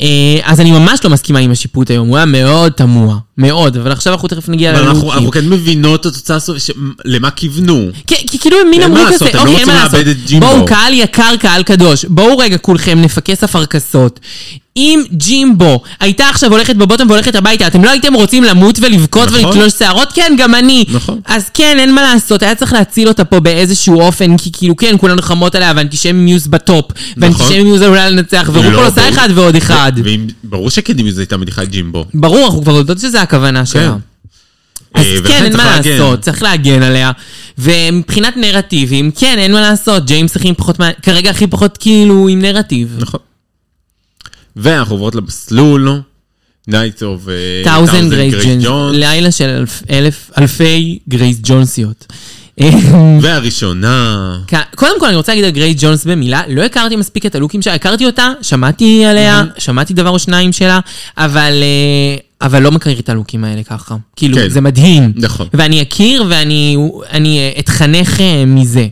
S2: אה, אז אני ממש לא מסכימה עם השיפוט היום, הוא היה מאוד תמוה. מאוד, אבל עכשיו אנחנו תכף נגיע
S4: אבל אנחנו-
S2: ללוקים.
S4: אנחנו כן מבינות את התוצאה הסופית, ש- למה כיוונו.
S2: כי כי כאילו הם מין
S4: אין
S2: אמרו
S4: מה
S2: כזה,
S4: לעשות, הם לא
S2: אוקיי, אין
S4: רוצים
S2: מה
S4: לאבד
S2: לעשות.
S4: את ג'ימבו."
S2: בואו, קהל יקר, קהל קדוש. בואו רגע כולכם נפקס הפרקסות. אם ג'ימבו הייתה עכשיו הולכת בבוטום והולכת הביתה, אתם לא הייתם רוצים למות ולבכות
S4: נכון.
S2: ולתלוש שערות? כן, גם אני.
S4: נכון.
S2: אז כן, אין מה לעשות, היה צריך להציל אותה פה באיזשהו אופן, כי כאילו, כן, כולנו חמות עליה, ואנטישמיוס בטופ. ואנטישמיוס עלולה לנצח,
S4: נכון. לא,
S2: ורופול עושה
S4: ברור.
S2: אחד ועוד אחד.
S4: ואם- ברור שקנדי מיוז הייתה מדיחה את ג'ימבו.
S2: ברור, אנחנו כבר יודעות שזה הכוונה שלה. אז
S4: אה, כן. ולכן
S2: כן, אין
S4: צריך
S2: מה
S4: להגן.
S2: לעשות, צריך להגן עליה. ומבחינת נרטיבים, כן, אין מה לעשות, ג'יימס הכי פחות, מה- כרגע הכי פחות כאילו עם נרטיב.
S4: נכון. ואנחנו עוברות למסלול, Nights of אה,
S2: טאוזן גרייס ג'ונס,
S4: Jones,
S2: לילה של אלף- אלף- אלפי אה, גרייס ג'ונסיות.
S4: והראשונה,
S2: כ- קודם כל אני רוצה להגיד על גרייס ג'ונס במילה, לא הכרתי מספיק את הלוקים שלה, הכרתי אותה, שמעתי עליה, שמעתי דבר או שניים שלה, אבל... אה, אבל לא מכיר את הלוקים האלה ככה. כאילו,
S4: כן.
S2: זה מדהים.
S4: נכון.
S2: ואני אכיר ואני אני, אה, אתחנך אה, מזה.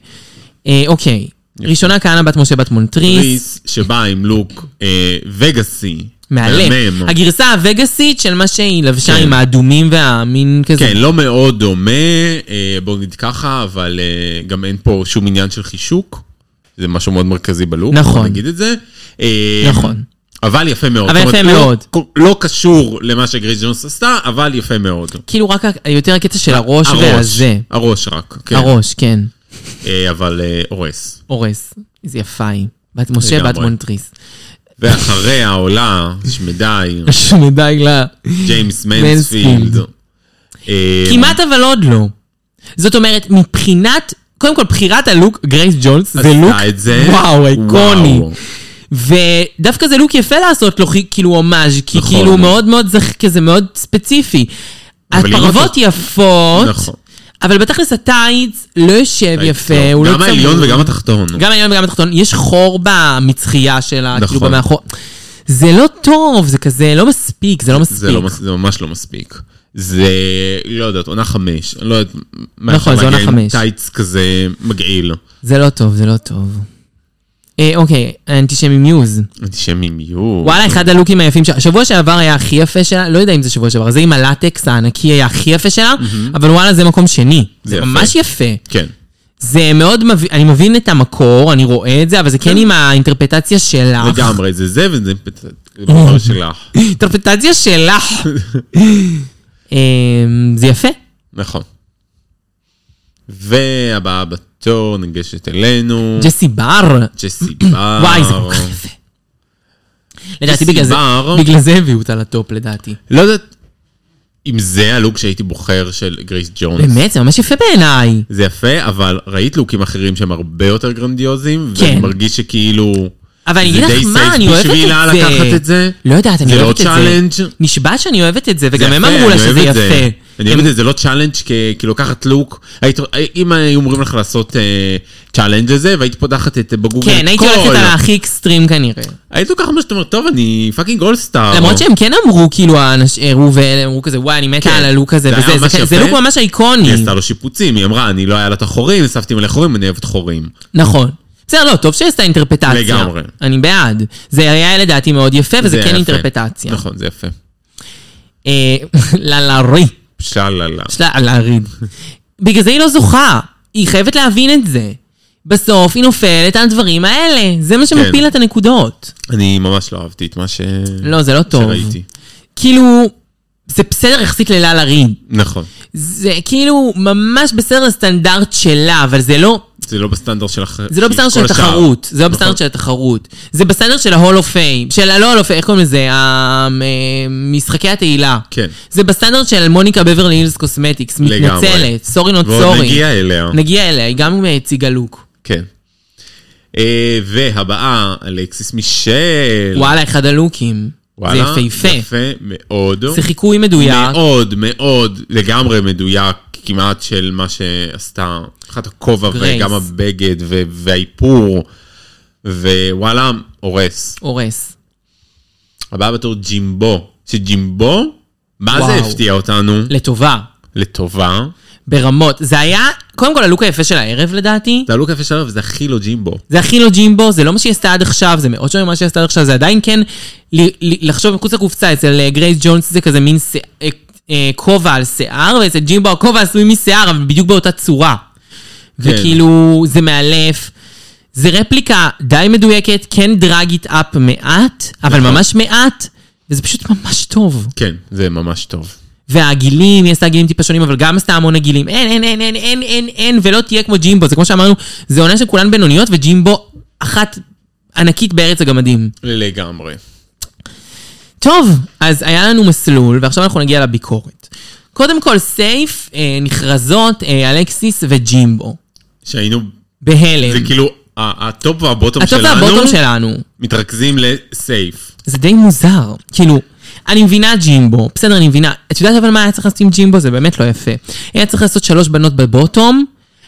S2: אה, אוקיי. ראשונה כהנא בת משה בת מונטריס.
S4: ריס, שבאה עם לוק אה, וגאסי.
S2: מהלם.
S4: מהמם.
S2: הגרסה הווגאסית של מה שהיא לבשה
S4: כן.
S2: עם האדומים והמין כזה.
S4: כן, לא מאוד דומה, אה, בואו נגיד ככה, אבל אה, גם אין פה שום עניין של חישוק. זה משהו מאוד מרכזי בלוק,
S2: נכון.
S4: בואו נגיד את זה. אה,
S2: נכון.
S4: אבל יפה מאוד.
S2: אבל
S4: זאת אומרת,
S2: יפה
S4: לא-
S2: מאוד.
S4: כל- לא קשור למה שגריס ג'ונס עשתה, אבל יפה מאוד.
S2: כאילו רק ה- יותר הקטע של הראש
S4: הראש,
S2: והזה.
S4: הראש רק, כן.
S2: הראש, כן.
S4: אה, אבל אה, הורס.
S2: אורס. איזה יפה היא. בת משה בת
S4: לגמרי.
S2: מונטריס.
S4: ואחריה עולה, שמדי,
S2: שמדי לה.
S4: כן. ג'יימס מנספילד.
S2: מנספילד.
S4: אה,
S2: כמעט אבל עוד לא. זאת אומרת, מבחינת, קודם כל, בחירת הלוק, גרייס ג'ונס, זה
S4: עשתה
S2: לוק,
S4: את זה.
S2: וואו, איקוני.
S4: וואו.
S2: ודווקא זה לוק יפה לעשות לו חי- כאילו הומאז', כי
S4: נכון.
S2: כאילו הוא מאוד מאוד זכ... כזה מאוד ספציפי.
S4: אבל אם
S2: הפרוות
S4: אתה-
S2: יפות,
S4: נכון.
S2: אבל בתכלס הטייץ לא יושב יפה, הוא לא
S4: גם העליון
S2: צמוד.
S4: וגם התחתון.
S2: גם לא העליון וגם התחתון, יש חור במצחייה שלה, כאילו
S4: נכון.
S2: במאחור. זה לא טוב, זה כזה לא מספיק, זה לא מספיק.
S4: זה, לא, מס- זה ממש לא מספיק. זה, לא יודעת, עונה חמש. אני לא יודעת מה
S2: נכון,
S4: אפשר
S2: זה עונה
S4: להגיע עם
S2: חמש.
S4: טייץ כזה מגעיל.
S2: זה לא טוב, זה לא טוב. אה, אוקיי, אנטישמי מיוז.
S4: אנטישמים יהיו.
S2: וואלה, אחד הלוקים היפים שלה. שבוע שעבר היה הכי יפה שלה, לא יודע אם זה שבוע שעבר, זה עם הלטקס הענקי היה הכי יפה שלה, אבל וואלה, זה מקום שני.
S4: זה
S2: זה
S4: יפה.
S2: ממש יפה.
S4: כן.
S2: זה מאוד מבין, אני מבין את המקור, אני רואה את זה, אבל זה כן עם האינטרפטציה שלך. *laughs*
S4: לגמרי, זה זה וזה פצ- בוחר שלך.
S2: אינטרפטציה
S4: *laughs*
S2: שלך. אמ, זה יפה.
S4: נכון. והבאה בתור ניגשת אלינו.
S2: ג'סי בר.
S4: ג'סי בר.
S2: *clears throat* וואי, זה כל כך יפה. לדעתי
S4: ג'סי
S2: בגלל זה,
S4: בר.
S2: בגלל זה הביאו אותה לטופ לדעתי.
S4: לא יודעת אם זה הלוק שהייתי בוחר של גרייס ג'ונס.
S2: באמת, זה ממש יפה בעיניי.
S4: זה יפה, אבל ראית לוקים אחרים שהם הרבה יותר גרנדיוזיים,
S2: כן.
S4: ואני מרגיש שכאילו...
S2: אבל אני
S4: זה
S2: אגיד לך
S4: די
S2: מה,
S4: safe
S2: אני אוהבת את זה.
S4: בשבילה לקחת את זה?
S2: לא יודעת, אני
S4: זה לא
S2: אוהבת את זה.
S4: challenge?
S2: נשבע שאני אוהבת את זה,
S4: זה
S2: וגם הם
S4: יפה,
S2: אמרו לה
S4: אני
S2: שזה
S4: אוהב את זה.
S2: יפה.
S4: אני אוהב את זה, זה לא צ'אלנג' כ- כאילו לקחת לוק. היית- אם היו אומרים לך לעשות אה, צ'אלנג' לזה, והיית פותחת את אה, בגוגל
S2: כן, הייתי הולכת על הכי אקסטרים כנראה.
S4: היית לוקחת מה שאתה אומר, טוב, אני פאקינג אולסטאר.
S2: למרות שהם כן אמרו, כאילו, האנש- אה, ראובן, אמרו כזה, וואי, אני מתה
S4: כן.
S2: על הלוק הזה,
S4: זה היה
S2: וזה,
S4: ממש
S2: זה- זה
S4: יפה.
S2: לוק ממש
S4: היא
S2: איקוני.
S4: עשתה לו שיפוצים, היא אמרה, אני לא היה לה את החורים, הוספתי מלא חורים, אני אוהבת חורים.
S2: נכון. בסדר, לא, טוב שעשתה אינטרפטציה.
S4: לגמרי.
S2: אני בעד. זה היה לדעתי מאוד יפה, וזה
S4: זה
S2: כן
S4: יפה.
S2: אינטרפטציה.
S4: נכון, זה יפה.
S2: אה, *laughs* ללארי.
S4: שללה.
S2: ללארי. בגלל זה היא לא זוכה. היא חייבת להבין את זה. בסוף היא נופלת על הדברים האלה. זה מה שמפיל
S4: כן.
S2: לה את הנקודות.
S4: אני ממש לא אהבתי את מה ש...
S2: לא, זה לא טוב.
S4: שראיתי.
S2: כאילו, זה בסדר יחסית ללאלה ריד.
S4: נכון.
S2: זה כאילו ממש בסדר הסטנדרט שלה, אבל זה לא...
S4: זה לא בסטנדרט של הח...
S2: זה לא בסטנדרט של
S4: כל השאר.
S2: התחרות, זה לא
S4: נכון.
S2: בסטנדרט של התחרות. זה בסטנדרט של ההול אוף פיים, של לא הלא הול אוף פיים, איך קוראים לזה? המ- אה, משחקי התהילה.
S4: כן.
S2: זה בסטנדרט של מוניקה בברלי הילס קוסמטיקס,
S4: לגמרי.
S2: מתנצלת, סורי נוט
S4: ועוד
S2: סורי.
S4: נגיע אליה.
S2: נגיע אליה, היא גם אה, הציגה לוק.
S4: כן. אה, והבאה, אלכסיס מישל.
S2: וואלה, אחד הלוקים. זה
S4: וואלה,
S2: יפהפה.
S4: יפה מאוד.
S2: זה חיקוי מדויק.
S4: מאוד מאוד לגמרי מדויק כמעט של מה שעשתה אחת הכובע
S2: גרייס.
S4: וגם הבגד ו- והאיפור ווואלה הורס.
S2: הורס.
S4: הבא בתור ג'ימבו שג'ימבו מה זה
S2: וואו.
S4: הפתיע אותנו
S2: לטובה.
S4: לטובה.
S2: ברמות. זה היה, קודם כל, הלוק היפה של הערב לדעתי.
S4: זה הלוק יפה שלנו וזה הכי לא ג'ימבו.
S2: זה הכי לא ג'ימבו, זה לא מה שהיא עשתה עד עכשיו, זה מאוד שונה ממה שהיא עשתה עד עכשיו, זה עדיין כן ל- ל- לחשוב מחוץ לקופסה, אצל אה, גרייס ג'ונס זה כזה מין שא- אה, אה, כובע על שיער, ואצל ג'ימבו הכובע עשוי משיער, אבל בדיוק באותה צורה. וכאילו, זה מאלף. זה רפליקה די מדויקת, כן דרגית אפ מעט, אבל
S4: נכון.
S2: ממש מעט, וזה פשוט ממש טוב.
S4: כן זה ממש טוב.
S2: והגילים, היא עשתה גילים טיפה שונים, אבל גם עשתה המון הגילים. אין, אין, אין, אין, אין, אין, אין, ולא תהיה כמו ג'ימבו. זה כמו שאמרנו, זה עונה שכולן בינוניות, וג'ימבו אחת ענקית בארץ הגמדים.
S4: לגמרי.
S2: טוב, אז היה לנו מסלול, ועכשיו אנחנו נגיע לביקורת. קודם כל, סייף, אה, נחרזות, אה, אלקסיס וג'ימבו.
S4: שהיינו
S2: בהלם.
S4: זה כאילו ה- הטופ והבוטום
S2: הטוב
S4: שלנו
S2: והבוטום שלנו.
S4: מתרכזים לסייף.
S2: זה די מוזר. כאילו, אני מבינה ג'ימבו, בסדר, אני מבינה. את יודעת אבל מה היה צריך לעשות עם ג'ימבו? זה באמת לא יפה. היה צריך לעשות שלוש בנות בבוטום,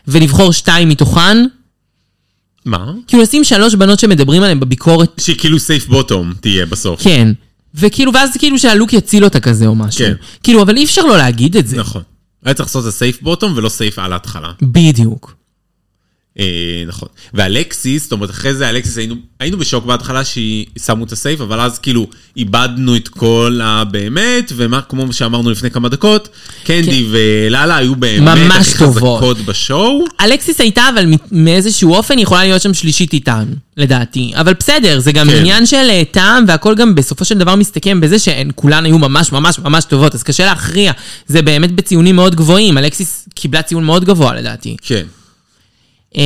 S2: ולבחור שתיים מתוכן.
S4: מה?
S2: כאילו, לשים שלוש בנות שמדברים עליהן בביקורת,
S4: שכאילו סייף בוטום תהיה בסוף.
S2: כן. וכאילו, ואז כאילו שהלוק יציל אותה כזה או משהו.
S4: כן.
S2: כאילו, אבל אי אפשר לא להגיד את זה.
S4: נכון. היה צריך לעשות את הסייף בוטום ולא סייף על ההתחלה.
S2: בדיוק.
S4: אה, נכון. ואלקסיס, זאת אומרת, אחרי זה אלקסיס, היינו, היינו בשוק בהתחלה שהיא- שמו את הסייף, אבל אז כאילו איבדנו את כל הבאמת, ומה, כמו שאמרנו לפני כמה דקות, קנדי ולאלה היו באמת
S2: כן. ממש
S4: הכי
S2: טובות.
S4: חזקות בשואו.
S2: אלקסיס הייתה, אבל מ- מאיזשהו אופן היא יכולה להיות שם שלישית איתן, לדעתי. אבל בסדר, זה גם
S4: כן.
S2: עניין של אה, טעם, והכל גם בסופו של דבר מסתכם בזה שהן כולן היו ממש ממש ממש טובות, אז קשה להכריע. זה באמת בציונים מאוד גבוהים, אלקסיס קיבלה ציון מאוד גבוה לדעתי.
S4: כן.
S2: אמ,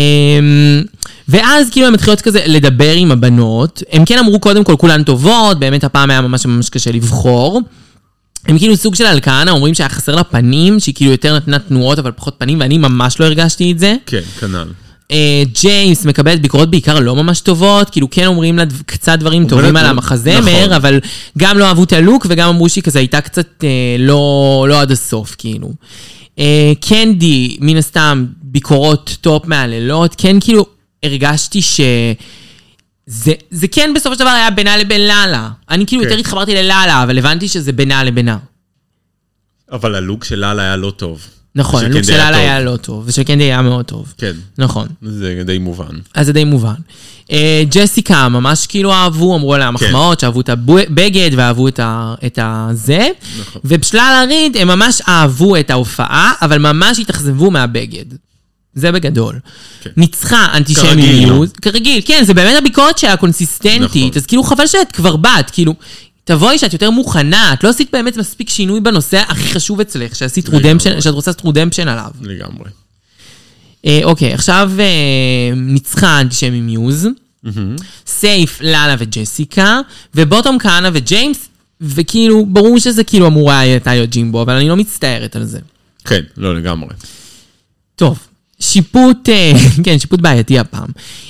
S2: ואז כאילו הן מתחילות כזה לדבר עם הבנות, הם כן אמרו קודם כל כולן טובות, באמת הפעם היה ממש ממש קשה לבחור. הם כאילו סוג של אלקנה, אומרים שהיה חסר לה פנים, שהיא כאילו יותר נתנה תנועות אבל פחות פנים, ואני ממש לא הרגשתי את זה.
S4: כן, כנ"ל.
S2: אה, ג'יימס מקבלת ביקורות בעיקר לא ממש טובות, כאילו כן אומרים לה דו- קצת דברים טובים
S4: אומרת,
S2: על
S4: אה, נכון.
S2: המחזמר, אבל גם לא אהבו את הלוק וגם אמרו שהיא כזה הייתה קצת אה, לא לא עד הסוף, כאילו. אה, קנדי, מן הסתם, ביקורות טופ מהלילות, כן כאילו הרגשתי ש... זה, זה כן בסופו של דבר היה בינה לבין לאללה. אני כאילו
S4: כן.
S2: יותר התחברתי ללאללה, אבל הבנתי שזה בינה לבינה.
S4: אבל הלוק של לאלה היה לא טוב.
S2: נכון,
S4: של
S2: הלוק
S4: קנדי
S2: של לאללה
S4: טוב.
S2: היה לא טוב, ושל קנדי היה מאוד טוב.
S4: כן,
S2: נכון.
S4: זה די מובן.
S2: אז זה די מובן. אה, ג'סיקה, ממש כאילו אהבו, אמרו
S4: כן.
S2: עליה מחמאות, שאהבו את הבגד ואהבו את, ה, את הזה.
S4: נכון.
S2: ובשלל הריד, הם ממש אהבו את ההופעה, אבל ממש התאכזבו מהבגד. זה בגדול.
S4: כן.
S2: ניצחה
S4: כרגיל, לא?
S2: אנטישמיות. כרגיל, כן, זה באמת הביקורת שלה הקונסיסטנטית.
S4: נכון.
S2: אז כאילו חבל שאת כבר באת, כאילו, תבואי שאת יותר מוכנה, את לא עשית באמת מספיק שינוי בנושא הכי חשוב אצלך, שעשית
S4: לגמרי.
S2: redemption- שאת רוצה לעשות רודמפשן עליו.
S4: לגמרי.
S2: אה, אוקיי, עכשיו אה, ניצחה אנטישמי מיוז, סייף, לאלה וג'סיקה, ובוטום כהנא וג'יימס, וכאילו, ברור שזה כאילו אמורה הייתה להיות ג'ימבו, אבל אני לא מצטערת על זה.
S4: כן, לא לגמרי.
S2: טוב, שיפוט, אה, *laughs* כן, שיפוט בעייתי הפעם.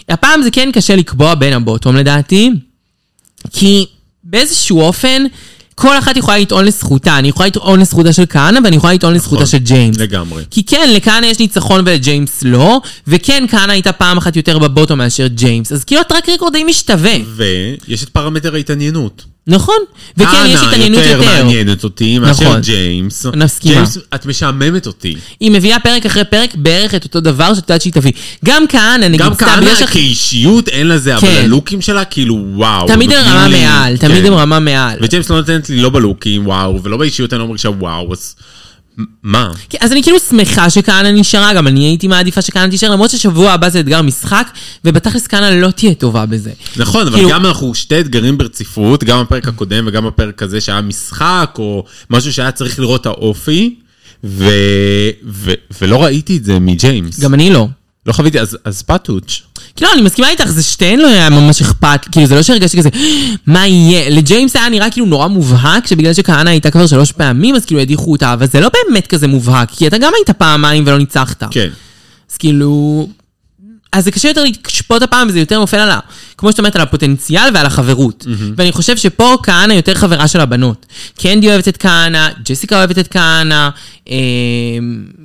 S2: הפעם זה כן קשה לקבוע בין הבוטום לדעתי, כי באיזשהו אופן, כל אחת יכולה לטעון לזכותה. אני יכולה לטעון לזכותה של כהנא, ואני יכולה לטעון לזכותה של ג'יימס.
S4: נכון, לגמרי.
S2: כי כן, לכהנא יש ניצחון ולג'יימס לא, וכן, כהנא הייתה פעם אחת יותר בבוטום מאשר ג'יימס. אז כאילו הטרק רקורד די משתווה,
S4: ויש את פרמטר ההתעניינות.
S2: נכון? וכן, יש התעניינות יותר.
S4: אנה יותר מעניינת אותי מאשר
S2: נכון.
S4: ג'יימס.
S2: מסכימה. כן,
S4: ג'יימס, את משעממת אותי.
S2: היא מביאה פרק אחרי פרק בערך את אותו דבר שאת יודעת שהיא תביא. גם כהנא, נגיד,
S4: גם
S2: סתם,
S4: כהנא
S2: בגלל שהכי-
S4: כאישיות אין לזה, אבל
S2: כן.
S4: הלוקים שלה כאילו וואו.
S2: תמיד הם
S4: נותנים
S2: רמה
S4: לי-
S2: מעל, תמיד
S4: כן.
S2: הם רמה מעל.
S4: וג'יימס לא נותנת לי לא בלוקים וואו, ולא באישיות אני לא מרגישה וואו, אז מ- מה?
S2: כן, אז אני כאילו שמחה שכהנא נשארה, גם אני הייתי מעדיפה שכהנא תישאר, למרות ששבוע הבא זה אתגר משחק, ובתכלס כהנא לא תהיה טובה בזה.
S4: נכון, אבל
S2: כאילו-
S4: גם אנחנו שתי אתגרים ברציפות, גם הפרק הקודם וגם הפרק הזה שהיה משחק, או משהו שהיה צריך לראות האופי, ו, ו, ולא ראיתי את זה מג'יימס.
S2: גם אני לא.
S4: לא חוויתי, אז, אז פטוץ'.
S2: כאילו, אני מסכימה איתך, זה שתיהן לא היה ממש אכפת, כאילו, זה לא שהרגשתי כזה, מה יהיה? לג'יימס היה נראה כאילו נורא מובהק, שבגלל שכהנא הייתה כבר שלוש פעמים, אז כאילו הדיחו אותה, אבל זה לא באמת כזה מובהק, כי אתה גם היית פעמיים ולא ניצחת.
S4: כן.
S2: אז כאילו... אז זה קשה יותר לשפוט הפעם, וזה יותר נופל על ה... כמו שאת אומרת, על הפוטנציאל ועל החברות. ואני חושב שפה כהנא יותר חברה של הבנות. קנדי אוהבת את כהנא, ג'סיקה אוהבת את כהנא, אה,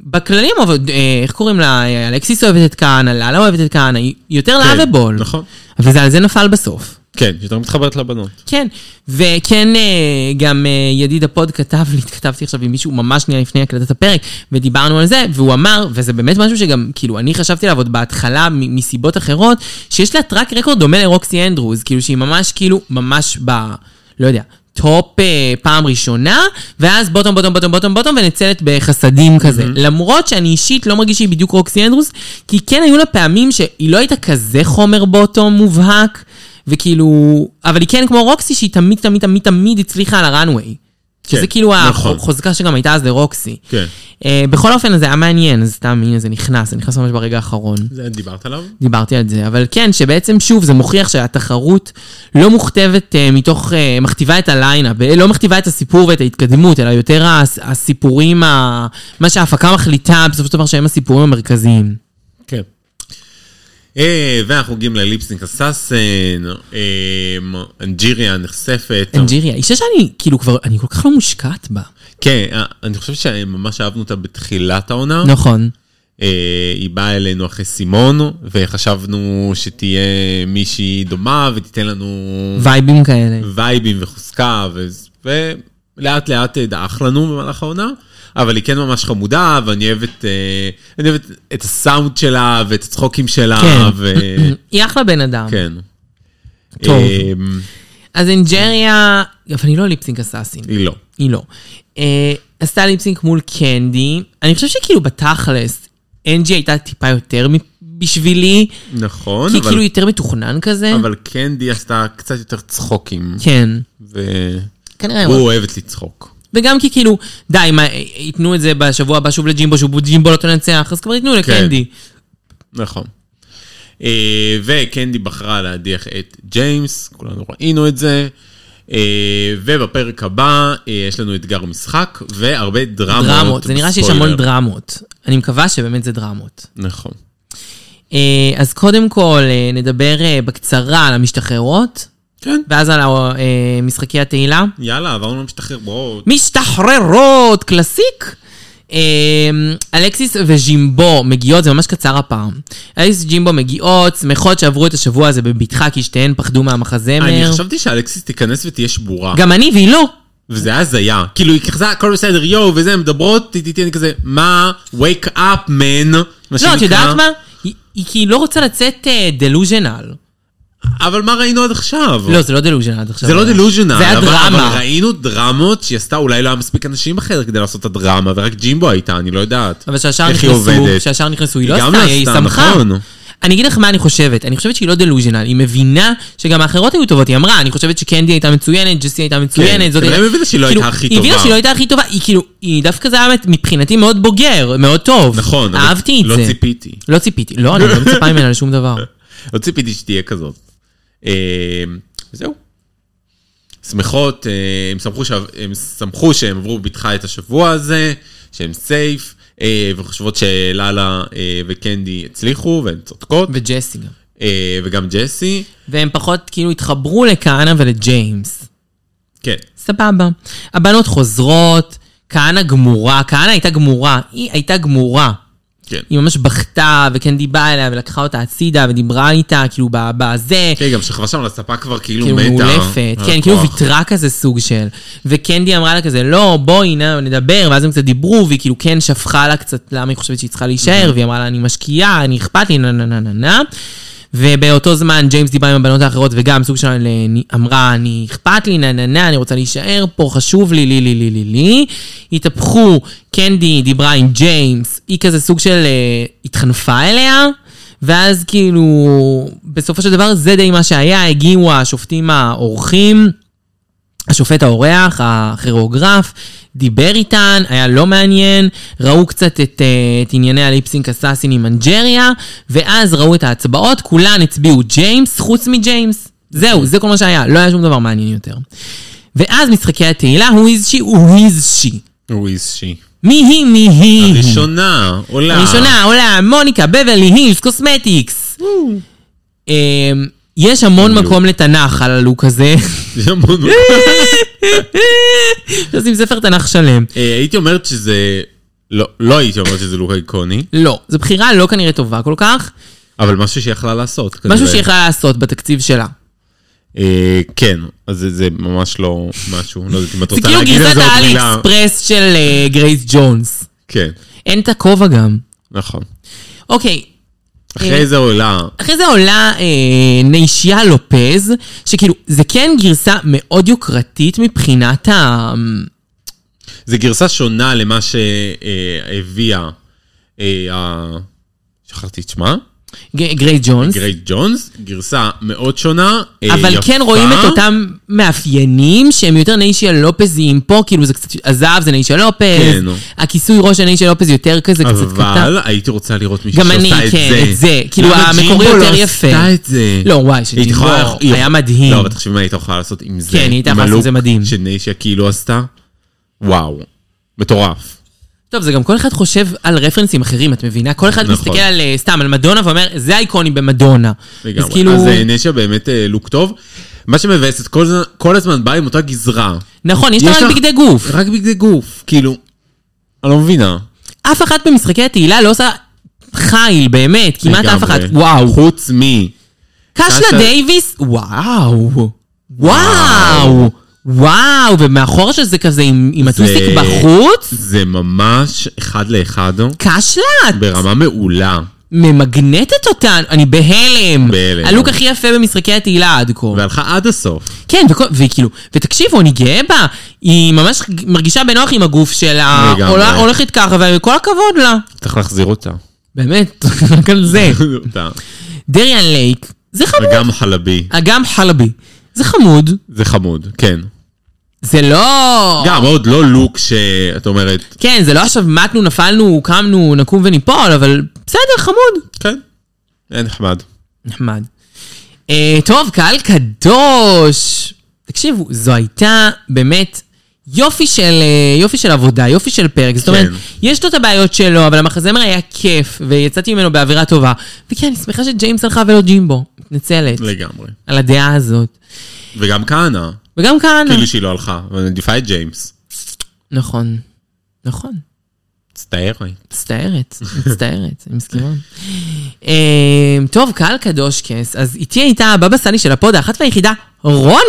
S2: בכללים, אוהבת- אה, איך קוראים לה? אה, אלכסיס אוהבת את כהנא, לאללה אוהבת את כהנא, היא יותר
S4: כן,
S2: לה ובול.
S4: נכון.
S2: אבל זה על זה נפל בסוף.
S4: כן, שיותר מתחברת לבנות.
S2: כן, וכן, אה, גם אה, ידיד הפוד כתב לי, *laughs* התכתבתי עכשיו עם מישהו ממש שנייה לפני הקלטת הפרק, ודיברנו על זה, והוא אמר, וזה באמת משהו שגם, כאילו, אני חשבתי עליו עוד בהתחלה, מ- מסיבות אחרות, שיש לה טראק רקורד דומה לרוקסי אנדרוס, כאילו שהיא ממש, כאילו, ממש ב... לא יודע. טופ אה, פעם ראשונה, ואז בוטום, בוטום, בוטום, בוטום, בוטום, ונצלת בחסדים כזה. למרות שאני אישית לא מרגיש שהיא בדיוק רוקסי אנדרוס, כי כן היו לה פעמים שהיא לא הייתה כזה חומר בוטום מובהק, וכאילו, אבל היא כן כמו רוקסי שהיא תמיד תמיד תמיד תמיד הצליחה על הראנוויי.
S4: כן,
S2: שזה כאילו
S4: נכון.
S2: החוזקה שגם הייתה אז לרוקסי.
S4: כן.
S2: אה, בכל אופן, זה היה מעניין, אז סתם, הנה זה נכנס, זה נכנס ממש ברגע האחרון.
S4: זה דיברת עליו?
S2: דיברתי על זה, אבל כן, שבעצם שוב, זה מוכיח שהתחרות לא מוכתבת uh, מתוך, uh, מכתיבה את הליינה, לא מכתיבה את הסיפור ואת ההתקדמות, אלא יותר הס, הסיפורים, ה, מה שההפקה מחליטה, בסופו של דבר שהם הסיפורים המרכזיים.
S4: כן. אה, ואנחנו מגיעים לליפסינק אסאסן, אה, אנג'יריה נחשפת.
S2: אנג'יריה, אישה שאני, כאילו כבר, אני כל כך לא מושקעת בה.
S4: כן, אה, אני חושב שממש אהבנו אותה בתחילת העונה.
S2: נכון.
S4: אה, היא באה אלינו אחרי סימון, וחשבנו שתהיה מישהי דומה ותיתן לנו
S2: וייבים כאלה.
S4: וייבים וחוזקה, ו- ולאט לאט אה, דעך לנו במהלך העונה, אבל היא כן ממש חמודה, ואני אוהבת, אה, אני אוהבת את הסאונד שלה ואת הצחוקים שלה,
S2: כן.
S4: ו...
S2: *coughs* היא אחלה בן אדם.
S4: כן.
S2: טוב.
S4: אה,
S2: אז אנג'ריה, אבל היא לא ליפסינג אסאסין.
S4: היא לא.
S2: היא לא. אה, עשתה ליפסינק מול קנדי. אני חושב שכאילו בתכלס, אנג'י הייתה טיפה יותר מ- בשבילי,
S4: נכון,
S2: כי
S4: אבל,
S2: כאילו יותר מתוכנן כזה.
S4: אבל קנדי עשתה קצת יותר צחוקים,
S2: כן.
S4: והוא
S2: כנראה.
S4: אוהבת לצחוק.
S2: וגם כי כאילו, די, מה, ייתנו את זה בשבוע הבא שוב לג'ימבו, שוב ג'ימבו לא תנצח, אז כבר ייתנו
S4: כן.
S2: לקנדי.
S4: נכון. אה, וקנדי בחרה להדיח את ג'יימס, כולנו ראינו את זה. אה, ובפרק הבא אה, יש לנו אתגר משחק והרבה דרמות.
S2: דרמות, זה נראה שיש המון
S4: בספוילר.
S2: דרמות. אני מקווה שבאמת זה דרמות.
S4: נכון.
S2: אה, אז קודם כל, אה, נדבר אה, בקצרה על המשתחררות,
S4: כן.
S2: ואז על אה, משחקי התהילה.
S4: יאללה, עברנו למשתחרר, בואו.
S2: משתחררות, קלאסיק. אמ, אלכסיס וז'ימבו מגיעות, זה ממש קצר הפעם. אלכסיס וג'ימבו מגיעות, שמחות שעברו את השבוע הזה בבטחה, כי שתיהן פחדו
S4: אני
S2: מהמחזמר.
S4: חשבתי שאלכסיס תיכנס ותהיה שבורה,
S2: גם אני והיא לא.
S4: וזה היה הזיה. כאילו, היא כזה, הכל בסדר, יואו, וזה, הן מדברות, איתי, אני כזה, מה? wake up, man. מה
S2: לא,
S4: שנקרא.
S2: את יודעת מה? היא- היא כי היא לא רוצה לצאת דלוז'נל.
S4: אבל מה ראינו עד עכשיו?
S2: לא, זה לא דלוז'נל עד עכשיו.
S4: זה לא דילוז'נל,
S2: זה היה
S4: אבל-
S2: דרמה.
S4: אבל ראינו דרמות שהיא עשתה, אולי לא היה מספיק אנשים בחדר כדי לעשות את הדרמה, ורק ג'ימבו הייתה, אני לא יודעת.
S2: אבל שהשאר
S4: איך היא
S2: נכנסו,
S4: עובדת.
S2: שהשאר נכנסו, היא לא
S4: היא גם
S2: עשתה,
S4: לא
S2: היא
S4: עשתה,
S2: שמחה.
S4: נכון.
S2: אני אגיד לך מה אני חושבת, אני חושבת שהיא לא דלוז'נל, היא מבינה שגם האחרות היו טובות, היא אמרה, אני חושבת שקנדי הייתה מצוינת, ג'סי הייתה מצוינת, זאת...
S4: כנראה היא הבינה שהיא לא
S2: כאילו,
S4: הייתה הכי
S2: היא הבינה
S4: טובה.
S2: שהיא לא הייתה הכי טובה, היא כאילו, היא דווקא זה היה מבחינתי מאוד בוגר, מאוד טוב.
S4: נכון, אבל
S2: אהבתי את
S4: לא
S2: זה.
S4: ציפיתי.
S2: לא ציפיתי, לא, אני לא מצפה ממנה לשום דבר.
S4: לא ציפיתי שתהיה כזאת. אה, זהו. שמחות, אה, הם שמחו, שעב, הם שמחו שהם עברו בבטחה את השבוע הזה, שהם סייף, אה, וחושבות שלאלה אה, וקנדי הצליחו, והן צודקות,
S2: וג'סי גם.
S4: אה, וגם ג'סי.
S2: והם פחות כאילו התחברו לכהנא ולג'יימס.
S4: כן,
S2: סבבה. הבנות חוזרות, כהנא גמורה, כהנא הייתה גמורה, היא הייתה גמורה.
S4: כן.
S2: היא ממש בכתה, וקנדי באה אליה ולקחה אותה הצידה ודיברה איתה, כאילו ב- בזה,
S4: כן, היא גם שכבה שם על הספה כבר כאילו
S2: כאילו
S4: מתה.
S2: מאולפת,
S4: על
S2: כן, כאילו
S4: הכוח.
S2: ויתרה כזה סוג של. וקנדי אמרה לה כזה, לא, בואי נ- נדבר, ואז הם קצת דיברו, והיא כאילו כן שפכה לה קצת למה היא חושבת שהיא צריכה להישאר, והיא אמרה לה, אני משקיעה, אני אכפת לי, נה נה נה נה נה. ובאותו זמן ג'יימס דיבר עם הבנות האחרות, וגם סוג של אה, אני- אמרה, אני אכפת לי, נה נה נה, אני רוצה להישאר פה, חשוב לי, לי לי לי לי לי. התהפכו, קנדי דיברה עם ג'יימס, היא כזה סוג של אה, התחנפה אליה. ואז כאילו, בסופו של דבר זה די מה שהיה, הגיעו השופטים האורחים, השופט האורח, הכירוגרף, דיבר איתן, היה לא מעניין, ראו קצת את, אה, את ענייני הליפסינק אסאסין עם אנג'ריה, ואז ראו את ההצבעות, כולן הצביעו ג'יימס, חוץ מג'יימס. זהו, זה כל מה שהיה, לא היה שום דבר מעניין יותר. ואז משחקי התהילה, who is she, who is she.
S4: הוא איז שי.
S2: מי היא, מי היא.
S4: ראשונה, עולה. *laughs*
S2: הראשונה עולה מוניקה, בברלי הילס, קוסמטיקס. אמ, יש המון מקום לתנ"ך על הלוק הזה. *laughs*
S4: זה המון-
S2: עושים ספר תנ"ך שלם.
S4: אה, הייתי אומרת שזה... לא, לא הייתי אומרת שזה לוק איקוני,
S2: לא, זו בחירה לא כנראה טובה כל כך,
S4: אבל משהו שהיא יכלה לעשות.
S2: משהו
S4: כנראה.
S2: שהיא יכלה לעשות בתקציב שלה.
S4: אה, כן, אז זה- זה ממש לא משהו, לא יודעת אם את
S2: זה
S4: רוצה
S2: כאילו
S4: להגיד על
S2: גרסת
S4: זה עוד
S2: האלי
S4: מילה.
S2: אקספרס של אה, גרייס ג'ונס.
S4: כן,
S2: אין את הכובע גם.
S4: נכון.
S2: אוקיי, אה,
S4: אחרי זה עולה,
S2: אחרי זה עולה אה, ניישיה לופז, שכאילו, זה כן גרסה מאוד יוקרתית מבחינת ה... אמ,
S4: זה גרסה שונה למה שהביאה, אה, ה- שכחתי את שמה,
S2: ג- גרייס ג'ונס.
S4: גרייט ג'ונס, גרסה מאוד שונה, אה,
S2: אבל
S4: יפה.
S2: כן רואים את אותם מאפיינים שהם יותר ניישיה לופזיים פה, כאילו זה קצת עזב, זה ניישיה לופז.
S4: כן.
S2: הכיסוי ראש של ניישיה לופז יותר כזה, קצת קטן.
S4: אבל הייתי רוצה לראות מישהו
S2: גם
S4: שעושה את
S2: אני,
S4: זה.
S2: כן, את זה. כאילו,
S4: למה
S2: המקורי
S4: ג'ימבו
S2: יותר
S4: לא
S2: יפה?
S4: עשתה את זה.
S2: לא, וואי, שג'ימבו
S4: היית יכולה-
S2: היה מדהים.
S4: לא, אבל תחשבי מה היית יכולה לעשות עם זה.
S2: כן, היא הייתה יכולה לעשות את זה מדהים.
S4: עם הלוק שניישיה כאילו עשתה. וואו, מטורף.
S2: טוב, זה גם כל אחד חושב על רפרנסים אחרים, את מבינה? כל אחד
S4: נכון.
S2: מסתכל על, אה, סתם, על מדונה ואומר, זה האיקוני במדונה. אז
S4: לגמרי.
S2: כאילו,
S4: אז אה, ניישיה באמת אה, לוק טוב. מה שמבאס, את כל הזמן- כל הזמן באה עם אותה גזרה.
S2: נכון, יש לה רק בגדי גוף.
S4: רק בגדי גוף, כאילו. אני לא מבינה.
S2: אף אחת במשחקי התהילה לא עושה חיל, באמת, כמעט אף אחת.
S4: לגמרי.
S2: וואו.
S4: חוץ מ...
S2: קשלה
S4: קשלה-
S2: דייוויס, וואו. וואו. וואו, ומאחור של זה כזה עם עם הטוסיק
S4: זה-
S2: בחוץ?
S4: זה ממש אחד לאחד, אה?
S2: קשלה, את
S4: ברמה מעולה.
S2: ממגנטת אותן, אני בהלם.
S4: בהלם.
S2: הלוק הכי יפה במשחקי התהילה עד כה.
S4: והלכה עד הסוף.
S2: כן, וכל- והיא כאילו, ותקשיבו, אני גאה בה, היא ממש מרגישה בנוח עם הגוף שלה,
S4: לגמרי.
S2: עולה- הולכת ככה, וכל הכבוד לה.
S4: צריך להחזיר אותה.
S2: באמת, רק על זה.
S4: *laughs* אותה.
S2: דריאן לייק, זה חמוד.
S4: אגם חלבי,
S2: אגם חלבי, זה חמוד.
S4: זה חמוד, כן.
S2: זה לא...
S4: גם עוד לא לוק שאת אומרת,
S2: כן, זה לא עכשיו מתנו, נפלנו, קמנו, נקום וניפול, אבל בסדר, חמוד.
S4: כן, זה נחמד.
S2: נחמד. אה, טוב, קהל קדוש. תקשיבו, זו הייתה באמת יופי של, אה, יופי של עבודה, יופי של פרק. זאת אומרת,
S4: כן.
S2: יש לו את הבעיות שלו, אבל המחזמר היה כיף, ויצאתי ממנו באווירה טובה. וכן, אני שמחה שג'יימס הלכה ולא ג'ימבו. מתנצלת
S4: לגמרי.
S2: על הדעה הזאת.
S4: וגם כהנא,
S2: וגם כהנא.
S4: כאילו שהיא לא הלכה, אבל אני מעדיפה את ג'יימס.
S2: נכון. נכון.
S4: מצטער. *laughs*
S2: מצטערת, מצטערת, אני מסכימה. אה, טוב, קהל קדוש קס, אז איתי הייתה הבבא סאלי של הפוד האחת והיחידה, רונה!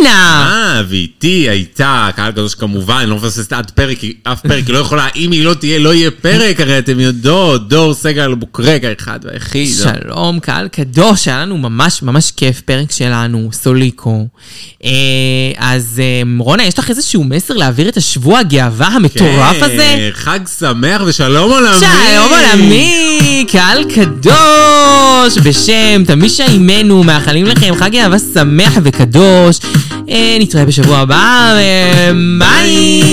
S4: אה, ואיתי הייתה, קהל קדוש כמובן, לא מפססת עד פרק, היא- אף פרק, היא לא יכולה, אם היא לא תהיה, לא יהיה פרק, הרי אתם יודעות, דור סגל בוקרק האחד והיחיד. כן,
S2: שלום, קהל קדוש, היה לנו ממש ממש כיף, פרק שלנו, סוליקו. אה, אז אה, רונה, יש לך איזשהו מסר להעביר את השבוע הגאווה המטורף
S4: כן,
S2: הזה?
S4: חג שמח ושלום עולמי.
S2: שלום עולמי, קהל קדוש, בשם תמישה אימנו, מאחלים לכם חג אהבה שמח וקדוש. אה, נתראה בשבוע הבא, אה, ביי!